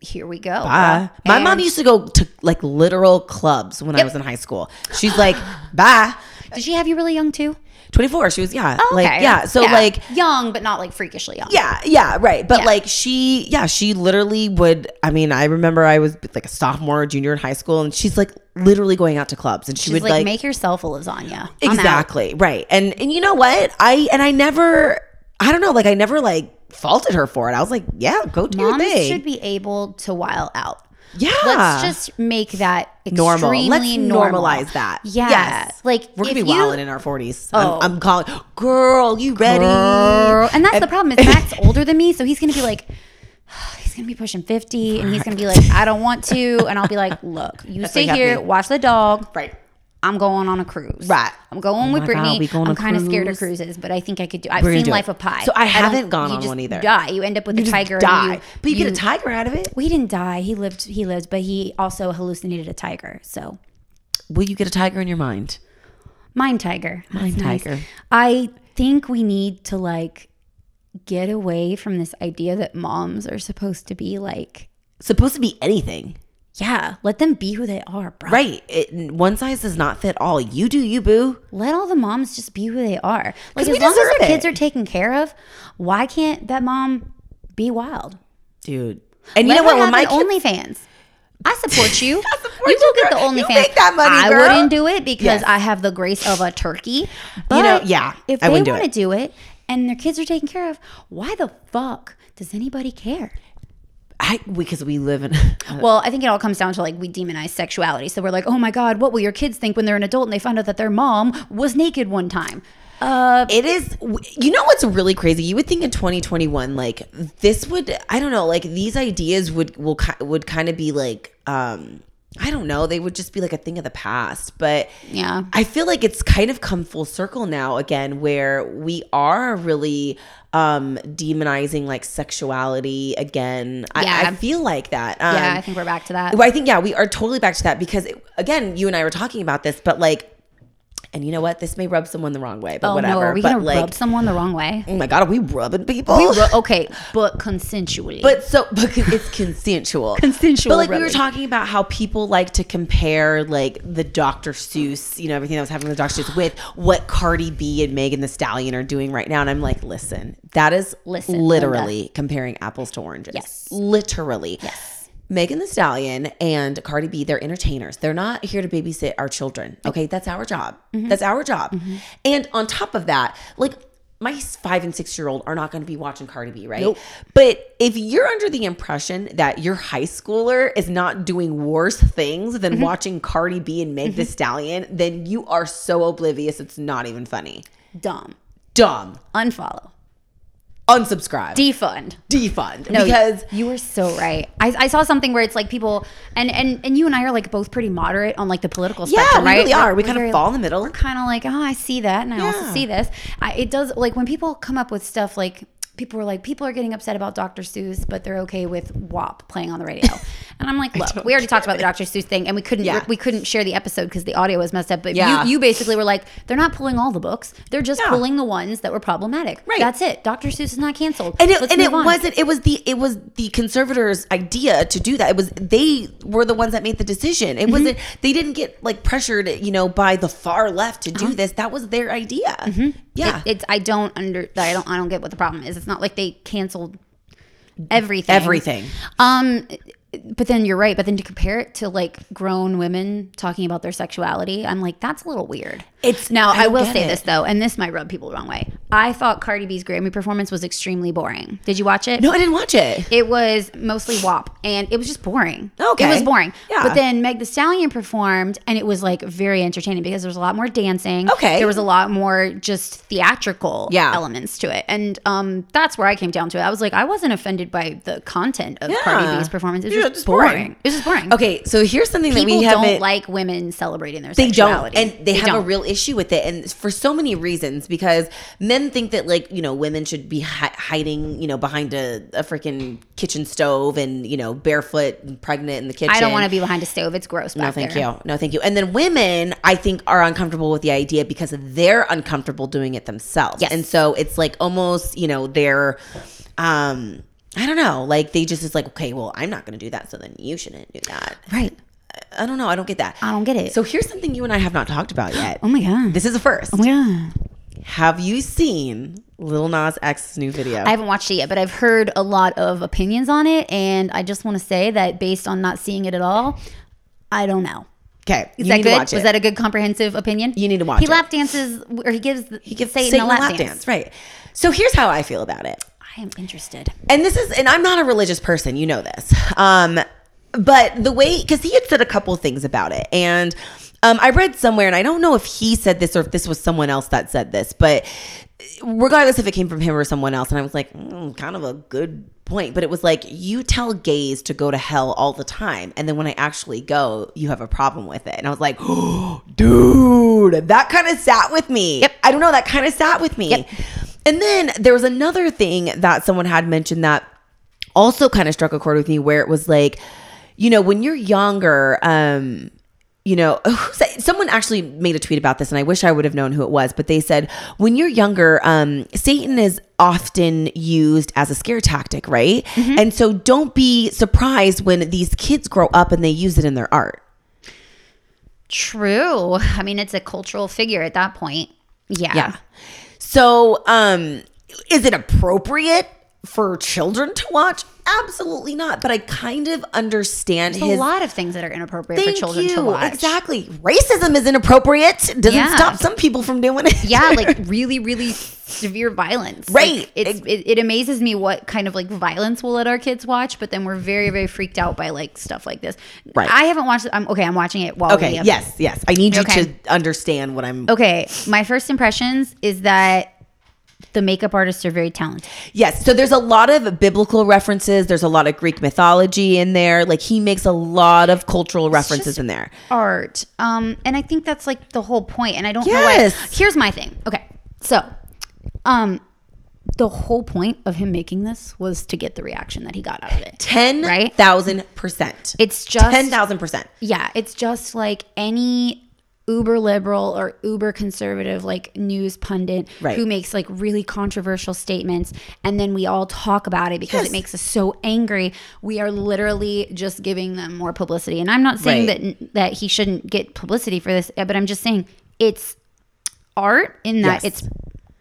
A: here we go.
B: Bye. Uh, My mom
A: And-
B: used to go to like literal clubs when I was in high school. She's like, bye.
A: Did she have you really young too?
B: 24. She was, yeah.
A: Oh,
B: Like, yeah. So, like,
A: young, but not like freakishly young.
B: Yeah, yeah, right. But
A: Yeah.
B: like she, yeah, she literally would. I mean, I remember I was like a sophomore, junior in high school, and she's like literally going out to clubs, and she
A: She's
B: would
A: like,
B: like,
A: make yourself a lasagna. I'm out.
B: exactly right. And and you know what? I and I never, I don't know, like I never like faulted her for it. I was like, yeah, go do your
A: Moms
B: thing.
A: should be able to while out.
B: yeah,
A: Let's just make that
B: normal.
A: extremely
B: Let's
A: normal.
B: normalize that.
A: Yeah.
B: Yes.
A: Like
B: We're gonna
A: if
B: be
A: you-
B: wilding in our forties.
A: Oh.
B: I'm, I'm calling, girl. You ready?
A: Girl. And that's the problem is Matt's older than me, so he's gonna be like, he's gonna be pushing fifty, and he's gonna be like, I don't want to, and I'll be like, look, you
B: what
A: stay
B: got
A: here,
B: me.
A: watch the dog.
B: Right.
A: I'm going on a cruise.
B: Right.
A: I'm going with
B: Oh my God,
A: Brittany.
B: we going
A: I'm
B: to
A: kind of scared of
B: cruise?
A: cruises, but I think I could do. I've
B: We're gonna
A: seen
B: do it.
A: Life of Pi.
B: So I
A: don't-
B: haven't gone
A: you
B: on
A: just
B: one either.
A: Die. You end up with a tiger. and
B: Die,
A: you-
B: but you, get a
A: you-
B: tiger out of it.
A: We didn't die. He lived. He lived, but he also hallucinated a tiger. So
B: Will you get a tiger in your mind?
A: Mine Tiger. Mine
B: Tiger.
A: I think we need to like get away from this idea that moms are supposed to be like,
B: Supposed to be anything.
A: yeah, let them be who they are, bro.
B: Right. It, one size does not fit all. You do you, boo.
A: Let all the moms just be who they are. Like
B: 'Cause we
A: as long as
B: deserve
A: their
B: it.
A: kids are taken care of, why can't that mom Be wild.
B: dude. And
A: Let
B: you know
A: her
B: what? When
A: have
B: my
A: an
B: kids,
A: OnlyFans. I support you.
B: I support
A: you
B: you,
A: go get the
B: girl.
A: OnlyFans.
B: You make that money,
A: I
B: girl.
A: wouldn't do it because
B: Yes.
A: I have the grace of a turkey. But
B: You know, yeah,
A: If
B: I
A: they
B: wouldn't do
A: want to
B: it.
A: do it and their kids are taken care of, why the fuck does anybody care?
B: I because we live in.
A: Well, I think it all comes down to like we demonize sexuality. So we're like, oh my God, what will your kids think when they're an adult and they find out that their mom was naked one time? Uh,
B: It is. You know what's really crazy? You would think in 2021, like this would. I don't know. Like these ideas would will ki- would kind of be like. um I don't know. They would just be like a thing of the past, but
A: yeah.
B: I feel like it's kind of come full circle now again, where we are really um demonizing like sexuality again. I,
A: Yeah.
B: I feel like that. Um,
A: Yeah, I think we're back to that.
B: well, I think yeah, we are totally back to that because again, you and I were talking about this, but like, and you know what? This may rub someone the wrong way, but
A: Oh
B: whatever.
A: no, are we
B: but
A: gonna
B: like,
A: rub someone the wrong way?
B: oh my god, are we rubbing people?
A: Ru- okay, but consensually.
B: but so but it's consensual.
A: Consensual
B: But like we were
A: rubbing.
B: talking about how people like to compare like the Dr. Seuss, you know, everything that was happening with Dr. Seuss with what Cardi B and Megan the Stallion are doing right now. And I'm like, listen, that is
A: Listen,
B: literally comparing apples to oranges.
A: Yes.
B: Literally.
A: yes.
B: Megan the Stallion and Cardi B, they're entertainers. They're not here to babysit our children. Okay, that's our job.
A: Mm-hmm.
B: That's our job. And on top of that, like my s- five and six year old are not going to be watching Cardi B, right?
A: Nope.
B: But if you're under the impression that your high schooler is not doing worse things than
A: Mm-hmm.
B: watching Cardi B and Meg the Stallion, then you are so oblivious. It's not even funny.
A: Dumb.
B: Dumb.
A: Unfollow.
B: Unsubscribe.
A: Defund.
B: defund.
A: No,
B: because
A: you were so right. I, I saw something where it's like people and, and and you and I are like both pretty moderate on like the political
B: yeah,
A: spectrum,
B: we
A: right?
B: really are.
A: Like,
B: We
A: we're
B: kind
A: very-
B: of fall in the middle.
A: We're kind of like, oh, I see that, and I also
B: Yeah.
A: see this. I, it does like when people come up with stuff like people were like, people are getting upset about Dr. Seuss, but they're okay with WAP playing on the radio. and I'm like, look, we already talked about the Dr. Seuss thing, and we couldn't
B: Yeah.
A: we couldn't share the episode because the audio was messed up. But
B: Yeah.
A: you, you basically were like, they're not pulling all the books; they're just
B: Yeah.
A: pulling the ones that were problematic.
B: Right.
A: That's it. Dr. Seuss is not canceled,
B: and it,
A: Let's
B: and it
A: move on.
B: wasn't it was the it was the conservators idea to do that it was they were the ones that made the decision
A: Mm-hmm.
B: it wasn't they didn't get like pressured you know by the far left to do this that was their idea yeah
A: Uh-huh. Mm-hmm. It- it's I don't under I don't I don't get what the problem is. It's not like they canceled everything.
B: everything
A: Um, but then you're right. But then to compare it to like grown women talking about their sexuality, I'm like, that's a little weird.
B: It's-
A: now
B: I
A: I, will
B: get
A: say
B: it.
A: this though, and this might rub people the wrong way. I thought Cardi B's Grammy performance was extremely boring. Did you watch it?
B: no i didn't watch it
A: It was mostly WAP and it was just boring.
B: Okay.
A: It was boring.
B: Yeah.
A: But then Meg the Stallion performed and it was like very entertaining because there was a lot more dancing.
B: Okay.
A: There was a lot more just theatrical
B: Yeah.
A: elements to it. And um that's where I came down to it. I was like, I wasn't offended by the content of Cardi
B: Yeah.
A: B's performance. It's
B: Yeah,
A: just,
B: just
A: boring.
B: boring.
A: It's just boring.
B: okay so here's something that
A: People
B: we haven't
A: don't like women celebrating their
B: they don't
A: sexuality.
B: and they, have a
A: don't.
B: real issue with it and for so many reasons because men think that like you know women should be hi- hiding you know behind a, a freaking kitchen stove and you know barefoot and pregnant in the kitchen
A: I don't want to be behind a stove. It's gross. Back
B: No, thank
A: there.
B: you. No, thank you. And then women, I think, are uncomfortable with the idea because they're uncomfortable doing it themselves.
A: Yes.
B: And so it's like almost, you know, they're, um, I don't know, like they just is like, okay, well, I'm not going to do that, so then you shouldn't do that.
A: Right.
B: I don't know. I don't get that.
A: I don't get it.
B: So here's something you and I have not talked about yet.
A: Oh my god.
B: This is a first.
A: oh my god.
B: Have you seen Lil Nas X's new video?
A: I haven't watched it yet, but I've heard a lot of opinions on it, and I just want to say that based on not seeing it at all, I don't know.
B: okay.
A: Is that good? Was that a good comprehensive opinion?
B: You need to watch
A: He
B: it.
A: lap dances, or he gives he gives Satan, a lap, dance.
B: Right. So here's how I feel about it.
A: I am interested.
B: and this is and i'm not a religious person you know this um but the way because he had said a couple things about it and um i read somewhere and i don't know if he said this or if this was someone else that said this but regardless if it came from him or someone else and i was like mm, kind of a good point but it was like you tell gays to go to hell all the time and then when i actually go you have a problem with it and i was like dude that kind of sat with me
A: Yep.
B: i don't know that kind of sat with me
A: Yep.
B: and then there was another thing that someone had mentioned that also kind of struck a chord with me where it was like, you know, when you're younger, um, you know, who said- someone actually made a tweet about this, and I wish I would have known who it was, but they said, when you're younger, um, Satan is often used as a scare tactic, right?
A: Mm-hmm.
B: And so don't be surprised when these kids grow up and they use it in their art.
A: True. I mean, it's a cultural figure at that point. Yeah.
B: Yeah. So, um, is it appropriate? for children to watch? Absolutely not. But I kind of understand
A: There's a
B: his
A: lot of things that are inappropriate for
B: Thank
A: children
B: you.
A: to watch.
B: Exactly. Racism is inappropriate. Doesn't
A: Yeah.
B: stop some people from doing it.
A: Yeah, like really, really severe violence. Like,
B: Right.
A: it's, it, it amazes me what kind of like violence we'll let our kids watch, but then we're very, very freaked out by like stuff like this.
B: Right.
A: I haven't watched it. I'm okay. I'm watching it while
B: Okay.
A: we have-
B: Yes. Yes. I need you
A: Okay. Oh.
B: to understand what I'm.
A: Okay. My first impressions is that the makeup artists are very talented.
B: Yes. So there's a lot of biblical references. There's a lot of Greek mythology in there. Like he makes a lot of cultural references
A: just-
B: in there.
A: art. Um, and I think that's like the whole point. And I don't
B: Yes.
A: know why. Here's my thing. Okay, so, um, the whole point of him making this was to get the reaction that he got out of it.
B: Ten
A: Right.
B: thousand percent.
A: It's just
B: ten thousand percent.
A: yeah, it's just like any uber liberal or uber conservative like news pundit
B: Right.
A: who makes like really controversial statements and then we all talk about it because
B: Yes.
A: it makes us so angry we are literally just giving them more publicity and i'm not saying
B: Right.
A: that that he shouldn't get publicity for this but i'm just saying it's art in that
B: Yes.
A: it's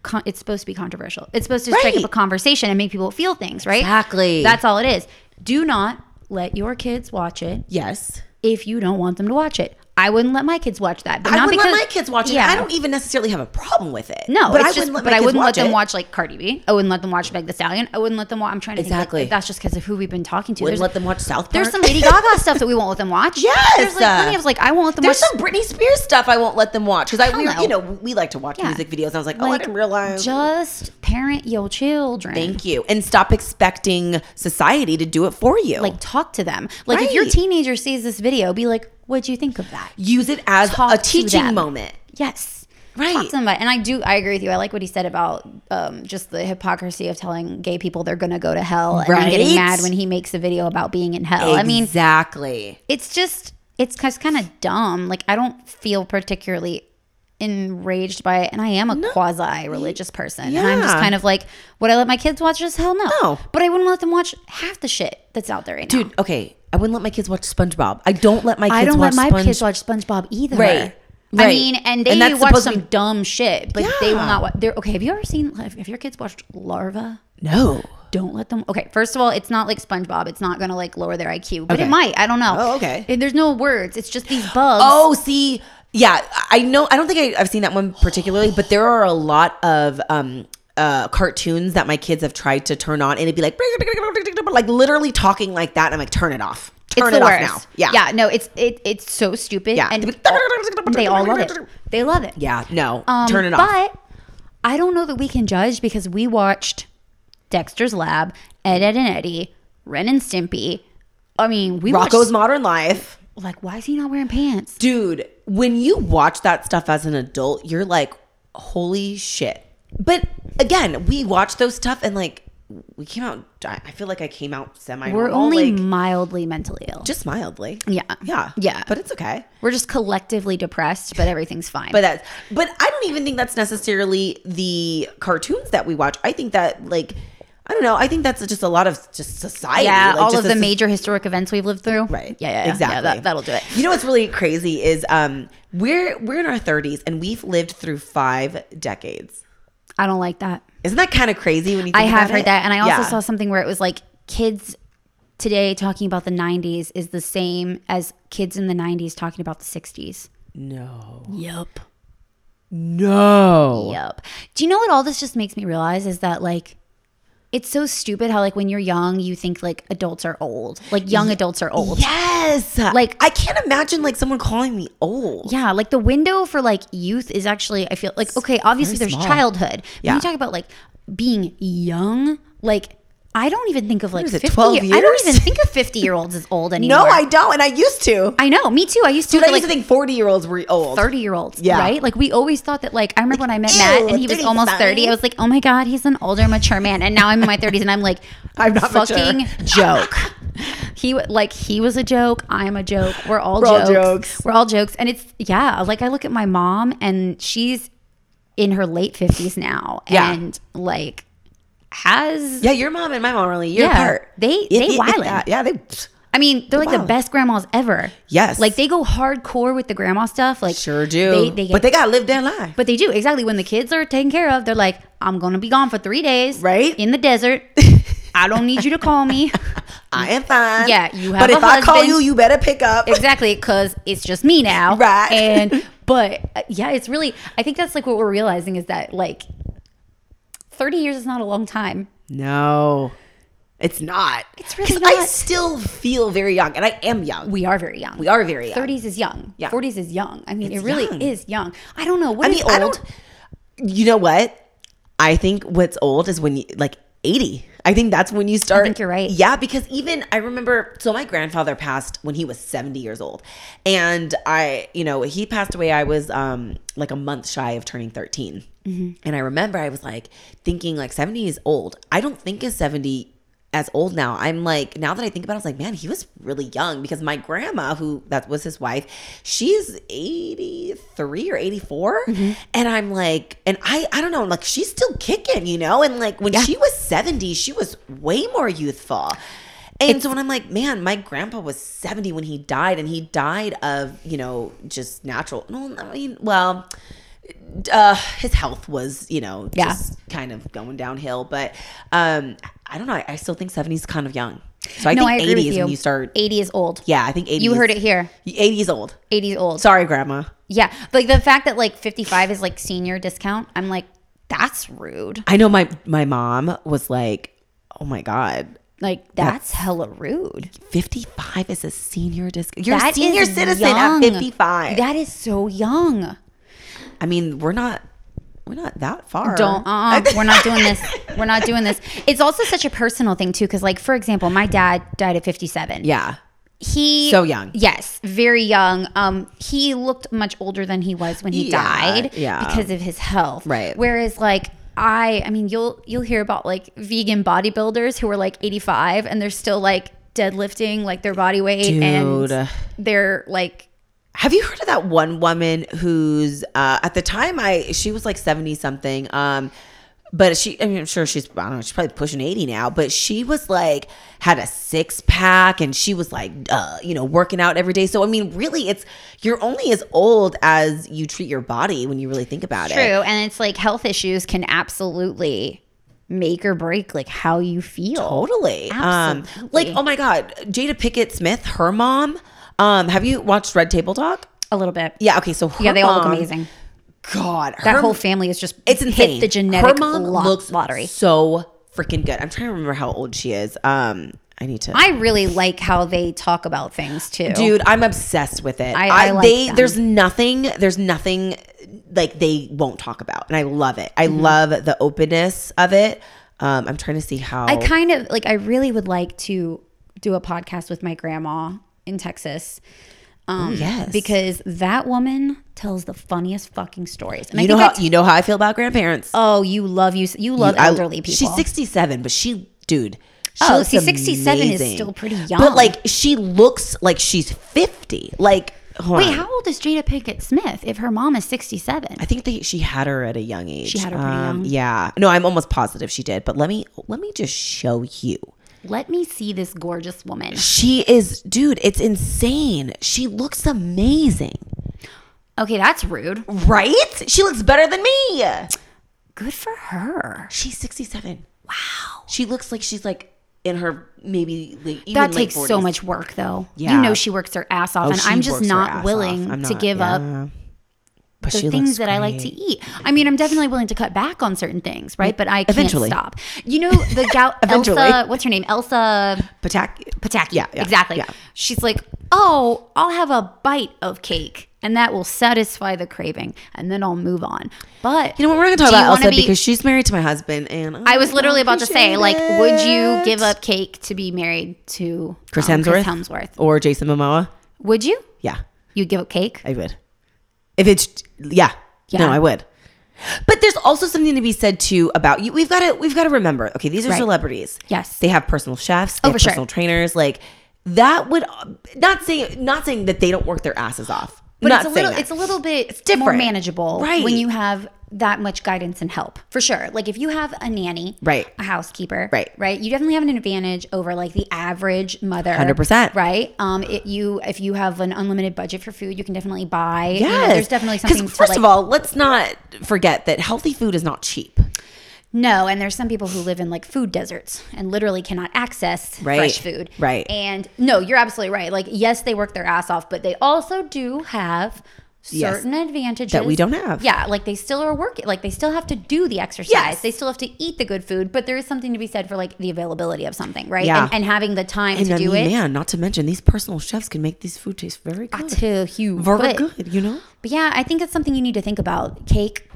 A: con- it's supposed to be controversial it's supposed to strike up
B: Right.
A: a conversation and make people feel things right
B: Exactly.
A: that's all it is do not let your kids watch it
B: Yes.
A: if you don't want them to watch it. I wouldn't let my kids watch that. But
B: I
A: not
B: wouldn't
A: because
B: let my kids watch it.
A: Yeah.
B: I don't even necessarily have a problem with it.
A: No,
B: but
A: it's
B: I
A: just,
B: wouldn't let my
A: but I
B: kids
A: wouldn't
B: watch
A: let them
B: it.
A: watch like Cardi B. I wouldn't let them watch Meg the Stallion. I wouldn't let them watch. I'm trying to think, like,
B: Exactly.
A: if that's just because of who we've been talking to.
B: Wouldn't
A: There's,
B: let them watch South Park.
A: there's some Lady Gaga stuff that we won't let them watch.
B: Yes.
A: there's like plenty of like I won't let them
B: There's
A: watch.
B: some Britney Spears stuff I won't let them watch because I, we,
A: Hell
B: you know,
A: no.
B: we like to watch
A: Yeah.
B: music videos. And I was like, oh, I
A: like,
B: didn't realize.
A: Just parent your children.
B: Thank you, and stop expecting society to do it for you.
A: Like talk to them. Like if your
B: Right.
A: teenager sees this video, be like, "What'd you think of that?"
B: use it as
A: talk
B: a
A: to
B: teaching
A: them.
B: moment.
A: Yes.
B: Right.
A: Talk to them about it. And I do, I agree with you. I like what he said about um, just the hypocrisy of telling gay people they're going to go to hell and then getting
B: Right.
A: mad when he makes a video about being in hell. I mean,
B: exactly.
A: it's just, it's just kind of dumb. Like, I don't feel particularly enraged by it. And I am a quasi religious person. And I'm just
B: Yeah.
A: kind of like, would I let my kids watch this? Hell no.
B: No.
A: But I wouldn't let them watch half the shit that's out there right now.
B: Dude, okay, I wouldn't let my kids watch SpongeBob. I don't let my kids
A: I don't
B: watch
A: let my
B: SpongeBob.
A: kids watch SpongeBob either.
B: Right.
A: I
B: Right.
A: mean, and they
B: And that's
A: watch
B: supposed to
A: some
B: be-
A: dumb shit. Like they will
B: Yeah.
A: not watch. They're okay. Have you ever seen? Have, have your kids watched Larva?
B: no.
A: Don't let them. Okay, first of all, it's not like SpongeBob. It's not gonna like lower their IQ, but it
B: Okay.
A: might. I don't know.
B: Oh, okay.
A: And there's no words. It's just these bugs.
B: Oh, see, yeah, I know. I don't think I, I've seen that one particularly, but there are a lot of um, uh, cartoons that my kids have tried to turn on, and it'd be like, like literally talking like that. And I'm like, turn it off,
A: it's
B: turn
A: the
B: it
A: worst.
B: off now. Yeah,
A: yeah. No, it's it. It's so stupid.
B: Yeah.
A: and all- they all love it. They love it.
B: yeah. No,
A: Um,
B: turn it off.
A: But I don't know that we can judge because we watched Dexter's Lab, Ed, Ed, and Eddie, Ren and Stimpy. I mean, we
B: Rocco's
A: watched.
B: Modern Life.
A: Like, why is he not wearing pants?
B: dude when you watch that stuff as an adult you're like holy shit but again we watch those stuff and like we came out i I feel like i came out semi
A: We're only
B: like,
A: mildly mentally ill.
B: just mildly
A: yeah,
B: yeah
A: yeah.
B: but it's okay
A: We're just collectively depressed, but everything's fine.
B: but that's but i don't even think that's necessarily the cartoons that we watch i think that like i don't know i think that's just a lot of just society
A: yeah,
B: like,
A: all
B: just
A: of
B: a
A: the
B: soc-
A: major historic events we've lived through.
B: Right.
A: Yeah, yeah, yeah.
B: Exactly.
A: Yeah, that, that'll do it.
B: You know what's really crazy is um we're we're in our 30s and we've lived through five decades.
A: I don't like that.
B: Isn't that kind of crazy when you think
A: I have
B: about
A: heard
B: it?
A: that, and I also
B: Yeah.
A: saw something where it was like kids today talking about the '90s is the same as kids in the '90s talking about the '60s.
B: No.
A: Yep.
B: No.
A: Yep. Do you know what all this just makes me realize is that like it's so stupid how like when you're young you think like adults are old. Like young adults are old.
B: Yes.
A: Like-
B: I can't imagine like someone calling me old.
A: Yeah, like the window for like youth is actually I feel like okay, obviously
B: very
A: there's
B: small.
A: childhood. When
B: Yeah.
A: you talk about like being young, like I don't even think of like
B: What is it,
A: 50
B: 12
A: I don't
B: years?
A: even think of 50 year olds as old anymore.
B: No, I don't and I used to.
A: I know, me too. I used to
B: Dude, I
A: feel
B: used
A: like
B: to think 40-year-olds were old.
A: 30 year olds,
B: Yeah.
A: right? Like we always thought that like I remember when I met
B: Ew,
A: Matt and he was
B: 35.
A: almost 30. I was like, "Oh my god, he's an older mature man." And now I'm in my 30s and I'm like,
B: I'm not mature.
A: fucking joke." He w- like he was a joke, I'm a joke. We're all,
B: all
A: jokes.
B: jokes.
A: We're all jokes and it's yeah, like I look at my mom and she's in her late 50s now
B: Yeah.
A: and like has
B: Yeah, your mom and my mom are only a year
A: Yeah,
B: apart.
A: they-
B: It-
A: they
B: it- it-
A: wildin'.
B: Yeah, they
A: I mean, they're like
B: Wow.
A: the best grandmas ever.
B: Yes.
A: Like they go hardcore with the grandma stuff. Like
B: sure do.
A: They, they get,
B: but they gotta live their life.
A: but they do exactly when the kids are taken care of. They're like, I'm gonna be gone for three days,
B: Right.
A: in the desert. I don't need you to call me.
B: I am fine.
A: Yeah, you have
B: But
A: a
B: if I call
A: husband.
B: you, you better pick up.
A: exactly because it's just me now
B: Right.
A: and but uh, yeah it's really i think that's like what we're realizing is that like 30 years is not a long time
B: No, it's not.
A: It's really
B: 'Cause I
A: not.
B: still feel very young, and I am young.
A: we are very young
B: We are very young.
A: 30s is young
B: Yeah.
A: 40s is young i mean
B: It's
A: it really
B: young.
A: is young i don't know what
B: I
A: is
B: mean, I
A: old
B: don't. You know what? I think what's old is when you like eighty. I think that's when you start.
A: think you're right.
B: Yeah, because even I remember. So my grandfather passed when he was seventy years old, and I, you know, he passed away. I was um like a month shy of turning 13
A: Mm-hmm.
B: and I remember I was like thinking like seventy is old. I don't think is seventy as old now. I'm like now that I think about it, I was like, man, he was really young because my grandma, who that was his wife, she's 83 or 84.
A: Mm-hmm.
B: And I'm like, and I I don't know, like she's still kicking, you know? And like when she was 70, she was way more youthful. And so when I'm like, man, my grandpa was 70 when he died, and he died of, you know, just natural. No, I mean, well, uh, his health was, you know,
A: Yeah.
B: just kind of going downhill. But um, I don't know. I, I still think 70 is kind of young. So I
A: no i
B: think
A: agree
B: 80
A: with
B: is
A: you
B: when you start.
A: 80 is old
B: Yeah, I think 80.
A: you
B: is-
A: heard it here
B: 80 is old.
A: 80 is old
B: Sorry, Grandma.
A: yeah like the fact that like 55 is like senior discount i'm like that's rude
B: I know my my mom was like, oh my god,
A: like that's hella rude
B: 55 is a senior disc. You're
A: That
B: a
A: is
B: senior citizen
A: young.
B: at 55.
A: that is so young
B: I mean, we're not we're not that far.
A: Don't. Uh-uh, we're not doing this. We're not doing this. It's also such a personal thing too, because like for example, my dad died at fifty-seven.
B: yeah.
A: He
B: So young.
A: Yes, very young. Um, he looked much older than he was when he
B: Yeah,
A: died.
B: yeah.
A: Because of his health.
B: Right.
A: Whereas like. I, I mean, you'll you'll hear about like vegan bodybuilders who are like 85 and they're still like deadlifting like their body weight
B: Dude.
A: and they're like
B: Have you heard of that one woman who's uh, at the time I she was like seventy something, um, but she I mean, I'm sure she's I don't know she's probably pushing eighty now, but she was like had a six pack and she was like uh, you know working out every day. So I mean, really, it's you're only as old as you treat your body when you really think about
A: true
B: it.
A: and it's like health issues can absolutely make or break like how you feel.
B: Totally. Um, like
A: Absolutely.
B: oh my god, Jada Pickett Smith, her mom. Um, have you watched Red Table Talk?
A: A little bit.
B: Yeah. Okay. So her
A: Yeah, they all look
B: mom-
A: amazing.
B: God,
A: That
B: her
A: whole family is just
B: It's insane.
A: Hit the genetic
B: Her mom
A: lo-
B: looks
A: lottery.
B: so freaking good. I'm trying to remember how old she is. Um, I need to.
A: I really like how they talk about things too.
B: Dude, I'm obsessed with it.
A: I-
B: I,
A: I like
B: they
A: them.
B: there's nothing there's nothing like they won't talk about, and I love it. I
A: Mm-hmm.
B: love the openness of it. Um, I'm trying to see how.
A: I kind of like. I really would like to do a podcast with my grandma in Texas. Um,
B: yes.
A: because that woman tells the funniest fucking stories. And
B: you
A: I
B: know
A: think
B: how
A: I t-
B: you know how I feel about grandparents.
A: oh, you love you you love
B: I-
A: elderly people.
B: She's 67, but she, dude. She
A: Oh,
B: looks
A: see, 67 is still pretty young.
B: But like, she looks like she's 50. Like, hold
A: Wait,
B: on.
A: how old is Jada Pinkett Smith if her mom is sixty-seven?
B: I think they, she had her at a young age. Um,
A: had her pretty young.
B: Yeah. No, I'm almost positive she did. But let me let me just show you.
A: Let me see this gorgeous woman.
B: She is, dude. It's insane. She looks amazing,
A: Okay, that's rude.
B: right? She looks better than me.
A: Good for her.
B: She's 67. Wow. She looks like she's like in her maybe like, even
A: That
B: late
A: takes so
B: 40s.
A: much work, though.
B: Yeah. Oh,
A: You know she works her ass off, and
B: she
A: I'm just
B: works her
A: not
B: ass
A: willing
B: off. I'm
A: to
B: not-
A: give up
B: yeah. But
A: the
B: she
A: things
B: looks
A: that I like
B: great.
A: to eat. I mean, I'm definitely willing to cut back on certain things, right? But I can't
B: Eventually.
A: stop. You know the gal
B: Eventually.
A: Elsa, what's her name? Elsa
B: Patak-
A: Pataki.
B: Yeah, yeah,
A: exactly.
B: yeah.
A: She's like, oh, I'll have a bite of cake, and that will satisfy the craving, and then I'll move on. But
B: You know what? We're going to talk
A: Do you
B: about
A: wanna
B: Elsa
A: be-
B: because she's married to my husband, and
A: I was literally about to say,
B: appreciate
A: like, would you
B: it.
A: give up cake to be married to
B: Oh, Chris
A: um,
B: Hemsworth,
A: Hemsworth?
B: or Jason Momoa?
A: Would you?
B: Yeah,
A: You give up cake?
B: I would. If it's yeah,
A: Yeah.
B: no, I would. But there's also something to be said too about you. We've got to we've got to remember. Okay, these are
A: Right.
B: celebrities.
A: Yes.
B: they have personal chefs.
A: Oh,
B: They have
A: for sure.
B: personal trainers. Like that would not saying not saying that they don't work their asses off.
A: But
B: not
A: it's a
B: saying
A: little
B: that.
A: it's a little bit
B: different.
A: more manageable
B: Right.
A: when you have that much guidance and help for sure. Like if you have a nanny,
B: Right.
A: a housekeeper,
B: Right.
A: right, you definitely have an advantage over like the average mother,
B: 100%.
A: right? Um, it, you if you have an unlimited budget for food, you can definitely buy. you know,
B: Yeah,
A: there's definitely something. to,
B: First
A: like,
B: of all, let's not forget that healthy food is not cheap.
A: No, and there's some people who live in like food deserts and literally cannot access
B: Right.
A: fresh food.
B: Right.
A: And no, you're absolutely right. Like, yes, they work their ass off, but they also do have
B: Yes.
A: certain advantages
B: That we don't have.
A: Yeah, like they still are working. Like they still have to do the exercise.
B: Yes.
A: They still have to eat the good food, but there is something to be said for like the availability of something, right?
B: Yeah.
A: And, and having the time
B: And
A: to
B: I
A: do
B: mean,
A: it.
B: man, not to mention these personal chefs can make these food taste very good.
A: To Hugh,
B: Very
A: but,
B: good, you know?
A: but yeah, I think it's something you need to think about. Cake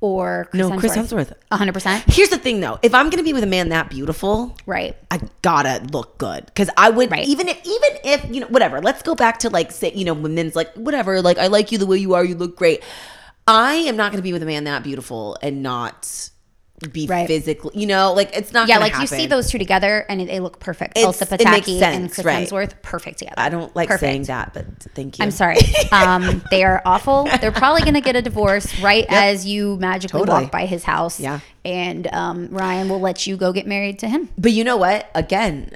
A: or Chris
B: No, Chris Hemsworth.
A: one hundred percent,
B: Here's the thing though. If I'm gonna be with a man that beautiful,
A: right?
B: I gotta look good because I would
A: Right.
B: even if even if you know whatever. Let's go back to like say you know women's like whatever. Like I like you the way you are. You look great. I am not gonna be with a man that beautiful and not be
A: Right.
B: physically. You know, like it's not.
A: Yeah,
B: gonna
A: like you see
B: happen.
A: those two together and they look perfect.
B: It's-
A: Elsa
B: it makes
A: Pataki and
B: sense,
A: Chris
B: right.
A: Hemsworth, perfect together.
B: I don't like
A: Perfect.
B: saying that, but thank you.
A: I'm sorry. Um, they are awful. They're probably going to get a divorce right as you magically
B: Totally.
A: walk by his house.
B: Yeah.
A: And um, Ryan will let you go get married to him.
B: But you know what? Again,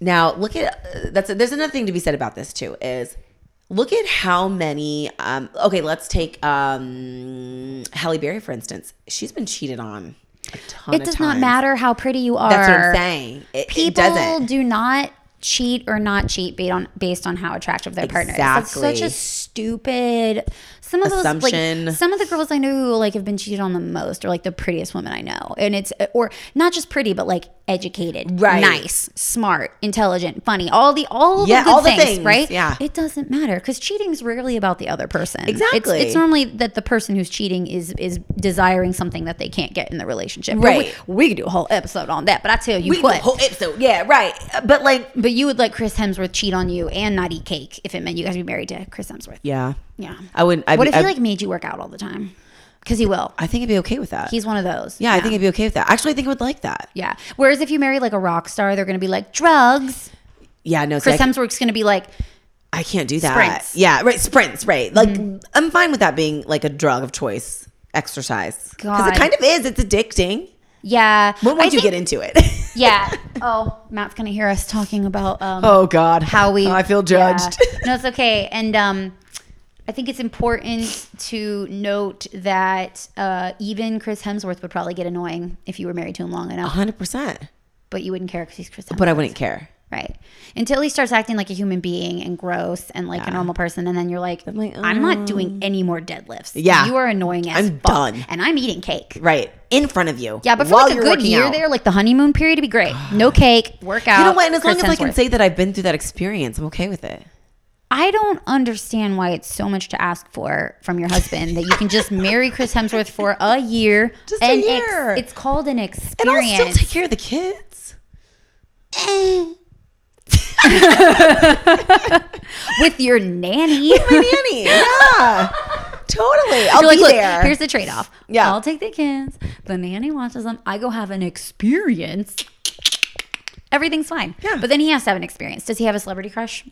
B: now look at uh, that's there's another thing to be said about this too is look at how many um okay, let's take um Halle Berry for instance. She's been cheated on a ton
A: It
B: of
A: does not
B: times.
A: matter how pretty you are.
B: That's what I'm saying. It, it
A: People
B: doesn't.
A: do not cheat or not cheat based on based on how attractive their partner is. That's such
B: Exactly.
A: a stupid some of those
B: Assumption.
A: like some of the girls I know who like have been cheated on the most are like the prettiest women I know. And it's or not just pretty, but like educated,
B: Right.
A: nice, smart, intelligent, funny, all the all the
B: Yeah,
A: good
B: all the
A: things,
B: things,
A: right?
B: yeah.
A: It doesn't matter because cheating is rarely about the other person. It's-
B: Exactly.
A: It's, normally that the person who's cheating is is desiring something that they can't get in the relationship. But
B: Right.
A: We, we could do a whole episode on that, but I tell you
B: We could do a
A: what.
B: whole episode. Yeah, right. Uh, But like
A: But you would let Chris Hemsworth cheat on you and not eat cake if it meant you guys be married to Chris Hemsworth.
B: Yeah.
A: Yeah.
B: I wouldn't I,
A: what if
B: I,
A: he like made you work out all the time? Because he will.
B: I think I'd be okay with that.
A: He's one of those.
B: yeah, I think I'd be okay with that. Actually I think I would like that.
A: Yeah. Whereas if you marry like a rock star, they're gonna be like drugs.
B: Yeah, no, see, I
A: Chris Hemsworth's gonna be like,
B: I can't do that.
A: Sprints. Mm-hmm.
B: Yeah, right. Sprints, right. Like I'm fine with that being like a drug of choice, exercise. Because
A: God.
B: it kind of is. It's addicting.
A: yeah.
B: When
A: I
B: would you
A: think-
B: get into it?
A: Yeah. Oh, Matt's gonna hear us talking about um,
B: oh God.
A: how we.
B: Oh, I feel judged.
A: Yeah. No, it's okay. And um, I think it's important to note that uh, even Chris Hemsworth would probably get annoying if you were married to him long enough.
B: hundred percent.
A: but you wouldn't care because he's Chris Hemsworth.
B: Uh-huh. But I wouldn't care.
A: right until he starts acting like a human being and gross and like a normal person, and then you're like, I'm,
B: like, "Oh."
A: not doing any more deadlifts.
B: Yeah.
A: you are annoying as
B: I'm
A: fuck,
B: done.
A: and I'm eating cake.
B: Right. In front of you.
A: Yeah, but for
B: while
A: like a
B: you're
A: good
B: working
A: year
B: out.
A: there, like the honeymoon period, would be great. No cake, workout.
B: You know what? And as long
A: Chris
B: as I can
A: Hemsworth.
B: say that I've been through that experience, I'm okay with it.
A: I don't understand why it's so much to ask for from your husband that you can just marry Chris Hemsworth for a year.
B: Just a
A: and
B: year.
A: Ex- it's called an
B: And I'll
A: experience.
B: still take care of the kids.
A: with your nanny.
B: My nanny. Yeah. totally. I'll
A: You're like,
B: be
A: "Look,
B: there.
A: Here's the trade off.
B: Yeah.
A: I'll take the kids. The nanny watches them. I go have an experience. Everything's fine.
B: Yeah.
A: But then he has to have an experience. Does he have a celebrity crush?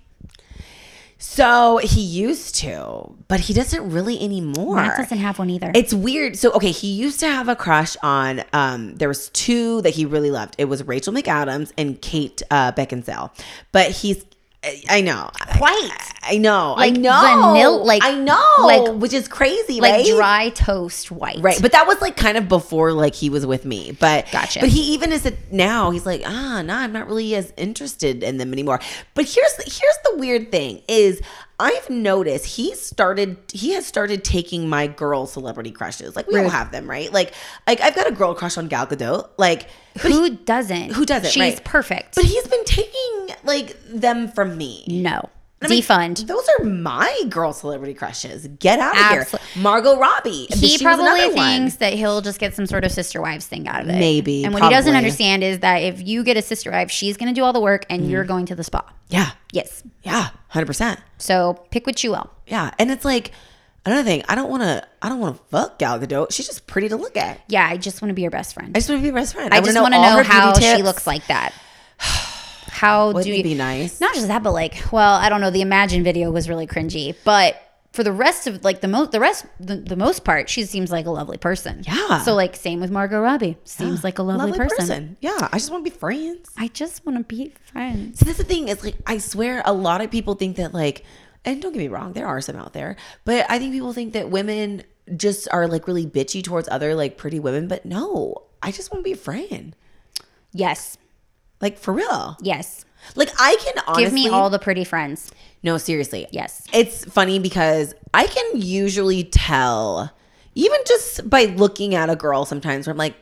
B: so he used to, but he doesn't really anymore.
A: Matt doesn't have one either.
B: It's weird. So okay, he used to have a crush on. Um, there was two that he really loved. It was Rachel McAdams and Kate uh, Beckinsale. But he's, I- I know,
A: White.
B: I know,
A: Like
B: I know,
A: vanilla- like-
B: I know,
A: like-
B: like which is crazy,
A: like
B: right?
A: dry toast white.
B: Right, but that was like kind of before like he was with me. But
A: Gotcha.
B: But he even is at now. He's like, ah, nah, I'm not really as interested in them anymore. But here's here's the weird thing is I've noticed he started he has started taking my girl celebrity crushes. Like we all
A: Rude.
B: have them, right? Like like I've got a girl crush on Gal Gadot. Like, but,
A: who doesn't?
B: Who doesn't,
A: She's
B: right.
A: perfect.
B: but he's been taking like them from me.
A: no.
B: I mean,
A: Defund.
B: those are my girl celebrity crushes. Get out of
A: Absol-
B: here, Margot Robbie.
A: he
B: She was
A: probably
B: another one.
A: thinks that he'll just get some sort of sister wives thing out of it.
B: Maybe,
A: And what he doesn't
B: probably.
A: understand is that if you get a sister wife, she's going to do all the work and
B: Mm.
A: you're going to the spa.
B: Yeah,
A: Yes.
B: yeah, hundred percent.
A: So pick what you will.
B: Yeah, and it's like another thing. I don't want to. I don't want to fuck Gal Gadot. She's just pretty to look at.
A: Yeah, I just want to be your best friend.
B: I just want to be her best friend.
A: I just want to
B: all
A: know,
B: her beauty
A: how she
B: tips.
A: looks like that. How
B: Wouldn't
A: do
B: it
A: you
B: be nice?
A: Not just that, but like, well, I don't know. The Imagine video was really cringy, but for the rest of like the most the rest the, the most part, she seems like a lovely person.
B: Yeah.
A: So like same with Margot Robbie. Seems like a lovely, person.
B: Yeah, I just want to be friends.
A: I just want to be friends.
B: So that's the thing is like I swear a lot of people think that like and don't get me wrong, there are some out there, but I think people think that women just are like really bitchy towards other like pretty women, but no, I just want to be a friend.
A: Yes.
B: Like for real.
A: Yes.
B: Like I can honestly
A: Give me all the pretty friends.
B: No, seriously.
A: Yes.
B: It's funny because I can usually tell even just by looking at a girl sometimes where I'm like,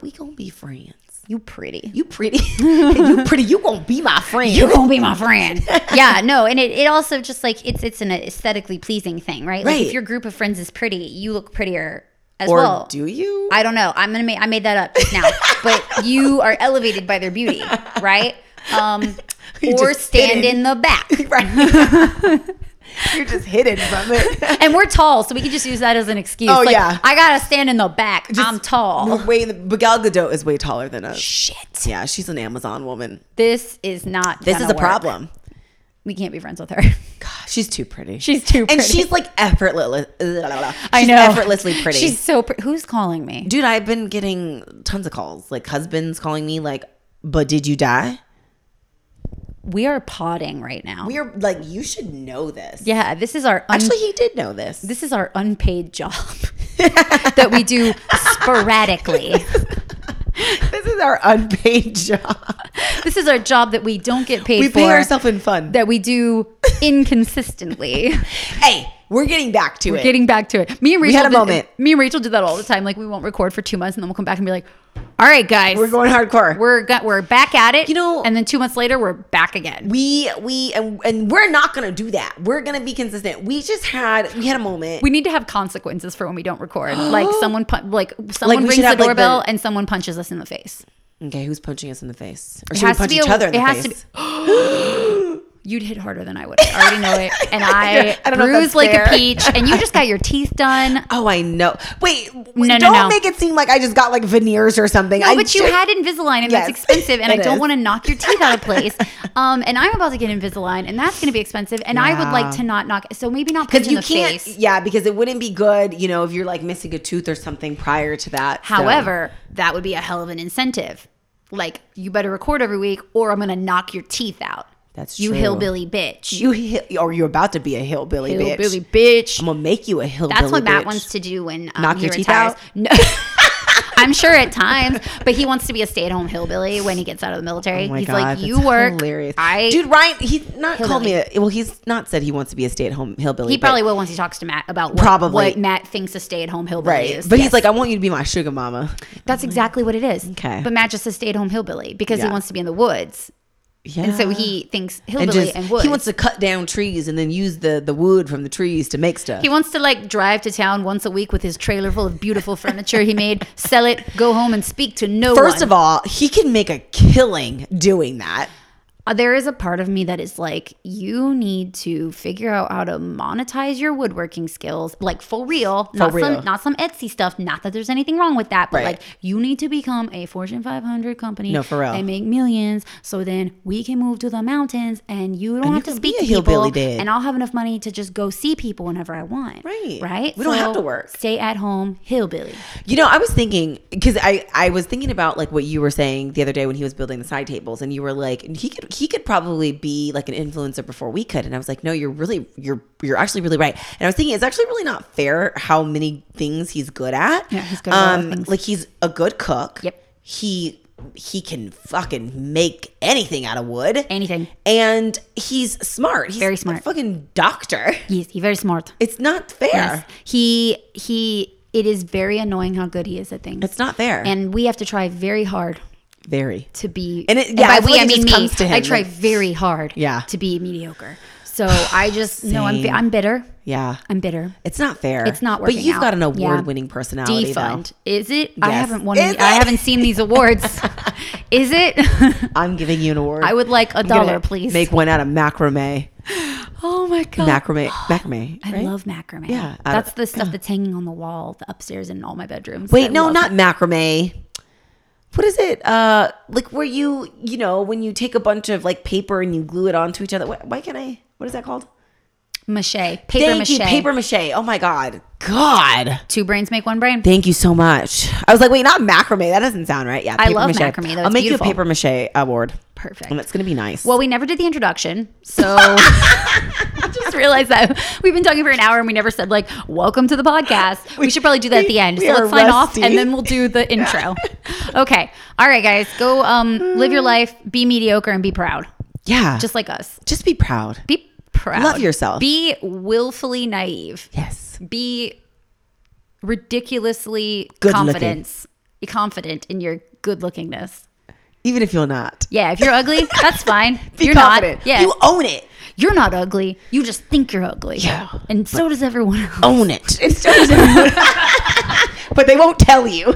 B: we gonna be friends.
A: You pretty.
B: You pretty. you pretty, you gonna be my friend.
A: You're gonna be my friend. yeah, no, and it, it also just like it's it's an aesthetically pleasing thing, right? Like
B: Right.
A: if your group of friends is pretty, you look prettier as
B: or
A: well.
B: do you?
A: I don't know. I'm gonna make I made that up just now. but you are elevated by their beauty, right? Um
B: You
A: or
B: just did
A: stand
B: it.
A: in the back.
B: Right. You're just hidden from it.
A: And we're tall, so we can just use that as an excuse.
B: Oh,
A: Like,
B: yeah.
A: I gotta stand in the back. I'm tall.
B: We're way the but Gal Gadot is way taller than us.
A: Shit.
B: Yeah, she's an Amazon woman.
A: This is not
B: This
A: gonna
B: is a
A: work.
B: problem.
A: We can't be friends with her.
B: God, she's too pretty.
A: She's too pretty.
B: and she's like effortless. She's
A: I know.
B: effortlessly pretty.
A: She's so pretty. Who's calling me?
B: Dude, I've been getting tons of calls. Like husbands calling me like, "But did you die?"
A: We are potting right now.
B: We are like, you should know this.
A: yeah, this is our un-
B: Actually, he did know this.
A: this is our unpaid job that we do sporadically.
B: This is our unpaid job.
A: this is our job that we don't get paid
B: We
A: for.
B: pay ourselves in fun.
A: that we do inconsistently.
B: Hey, we're getting back to it.
A: Getting back to it, me and Rachel
B: had a
A: did-
B: moment.
A: Me and Rachel did that all the time. Like we won't record for two months, and then we'll come back and be like, "All right, guys,
B: we're
A: we're
B: going hardcore.
A: we're, got, we're back at it."
B: You know-
A: and then two months later, we're back again.
B: we we and, and we're not gonna do that we're gonna be consistent we just had we had a moment
A: We need to have consequences for when we don't record. like someone, pun- like
B: we
A: someone
B: should
A: rings the
B: have, like,
A: doorbell
B: the-
A: and someone punches us in the face.
B: okay who's punching us in the face or
A: It
B: should we
A: has to
B: punch
A: be
B: each
A: a-
B: other in the
A: it has to
B: face
A: You'd hit harder than I would. I already know it, and I,
B: I don't know if
A: bruised
B: that's
A: like
B: fair.
A: a peach. And you just got your teeth done.
B: oh i know wait
A: no,
B: don't
A: no.
B: make it seem like i just got like veneers or something
A: No,
B: I
A: but you
B: just-
A: had Invisalign, and that's
B: Yes,
A: expensive, and I
B: it
A: don't
B: is.
A: want to knock your teeth out of place. Um, and I'm about to get Invisalign, and that's going to be expensive, and I would like
B: Yeah.
A: to not knock. So maybe not punch
B: because
A: in
B: you
A: the
B: can't
A: face.
B: yeah because it wouldn't be good you know if you're like missing a tooth or something prior to that so-
A: However, that would be a hell of an incentive. Like you better record every week, or I'm going to knock your teeth out.
B: That's
A: you
B: true.
A: hillbilly bitch.
B: you hi- or you're about to be a hillbilly
A: hillbilly
B: bitch
A: bitch.
B: i'm gonna make you a hillbilly
A: That's what Matt
B: bitch.
A: wants to do when um,
B: Knock
A: he
B: your teeth
A: retires.
B: out?
A: No. I'm sure at times, but he wants to be a stay-at-home hillbilly when he gets out of the military.
B: Oh my
A: He's
B: God,
A: like,
B: that's
A: "You work,
B: hilarious.
A: I
B: dude Ryan. He's not called me. A, well, he's not said he wants to be a stay at home hillbilly.
A: He
B: but-
A: probably will once he talks to Matt about what,
B: Probably.
A: what Matt thinks a stay at home hillbilly
B: right,
A: is.
B: but
A: Yes.
B: he's like, I want you to be my sugar mama.
A: that's exactly what it is.
B: Okay.
A: But Matt just a stay at home hillbilly because he
B: Yeah.
A: wants to be in the woods.
B: Yeah,
A: And so he thinks
B: and
A: hillbilly
B: just
A: and, woods.
B: he wants to cut down trees and then use the the wood from the trees to make stuff.
A: he wants to like drive to town once a week with his trailer full of beautiful furniture he made, sell it, go home and speak to no one.
B: First of all, he can make a killing doing that.
A: Uh, there is a part of me that is like, you need to figure out how to monetize your woodworking skills, like for real, not
B: real.
A: some not some Etsy stuff. Not that there's anything wrong with that, but
B: Right.
A: like you need to become a Fortune 500 company.
B: No, for real.
A: and make millions. So then we can move to the mountains, and you don't have to
B: can
A: speak
B: be
A: to
B: a hillbilly
A: people,
B: dad.
A: and I'll have enough money to just go see people whenever I want.
B: Right.
A: right.
B: We don't have to work.
A: Stay at home, hillbilly.
B: You know, I was thinking because I I was thinking about like what you were saying the other day when he was building the side tables, and you were like, he could he could probably be like an influencer before we could, and I was like, no, you're really you're you're actually really right, and I was thinking it's actually really not fair how many things he's good at. Um,
A: Yeah, he's good at a lot of things.
B: Like he's a good cook.
A: Yep.
B: He he can fucking make anything out of wood.
A: Anything.
B: And he's smart. He's
A: Very
B: a
A: smart.
B: fucking doctor.
A: Yes, he's very smart.
B: It's not fair.
A: Yes, he he. It is very annoying how good he is at things.
B: It's not fair.
A: and we have to try very hard
B: very.
A: to be
B: And it- yeah, I
A: by
B: feel
A: we
B: like
A: I
B: it
A: mean
B: just
A: me
B: comes to him,
A: I try
B: like-
A: very hard
B: Yeah.
A: to be mediocre so I just no I'm bi-
B: Same.
A: I'm bitter
B: Yeah.
A: I'm bitter
B: It's not fair.
A: It's not
B: But
A: working
B: you've got
A: out.
B: an
A: Yeah.
B: award-winning personality. though.
A: defund is it I
B: Yes.
A: haven't won
B: Is
A: any- I
B: it?
A: haven't seen these awards is it
B: I'm giving you an award.
A: I would like a
B: I'm gonna
A: dollar please
B: Make one out of macrame,
A: oh my god
B: macrame, macrame.
A: I
B: right?
A: love macrame
B: Yeah, I-
A: that's the stuff that's hanging on the wall upstairs in all my bedrooms I
B: Wait, no,
A: love
B: not macrame. What is it? Uh, like where you, you know, when you take a bunch of like paper and you glue it onto each other. Why, why can't I? What is that called?
A: mache, paper
B: Thank
A: mache.
B: you, paper mache. Oh my god, God.
A: Two brains make one brain.
B: Thank you so much. I was like, wait, not macrame. That doesn't sound right. Yeah,
A: I love macrame, though.
B: I'll
A: It's
B: make
A: beautiful.
B: you a paper mache award,
A: Perfect.
B: and it's gonna be nice.
A: Well, we never did the introduction, so I just realized that we've been talking for an hour and we never said like "Welcome to the podcast." We, should probably do that at the end. So
B: we
A: let's
B: are
A: sign off
B: rusty.
A: and then we'll do the intro. okay, all right, guys, go um, live your life, be mediocre, and be proud,
B: yeah, just
A: just like us.
B: just be proud.
A: Be proud.
B: Love yourself.
A: Be willfully naive.
B: Yes,
A: Be ridiculously
B: Good looking.
A: confidence. Be confident in your good lookingness.
B: even if you're not,
A: Yeah, if you're ugly, that's fine.
B: be
A: you're
B: confident.
A: not. Yeah,
B: you own it.
A: you're not ugly. You just think you're ugly.
B: Yeah.
A: And so does everyone else.
B: Own it. It's just- but they won't tell you.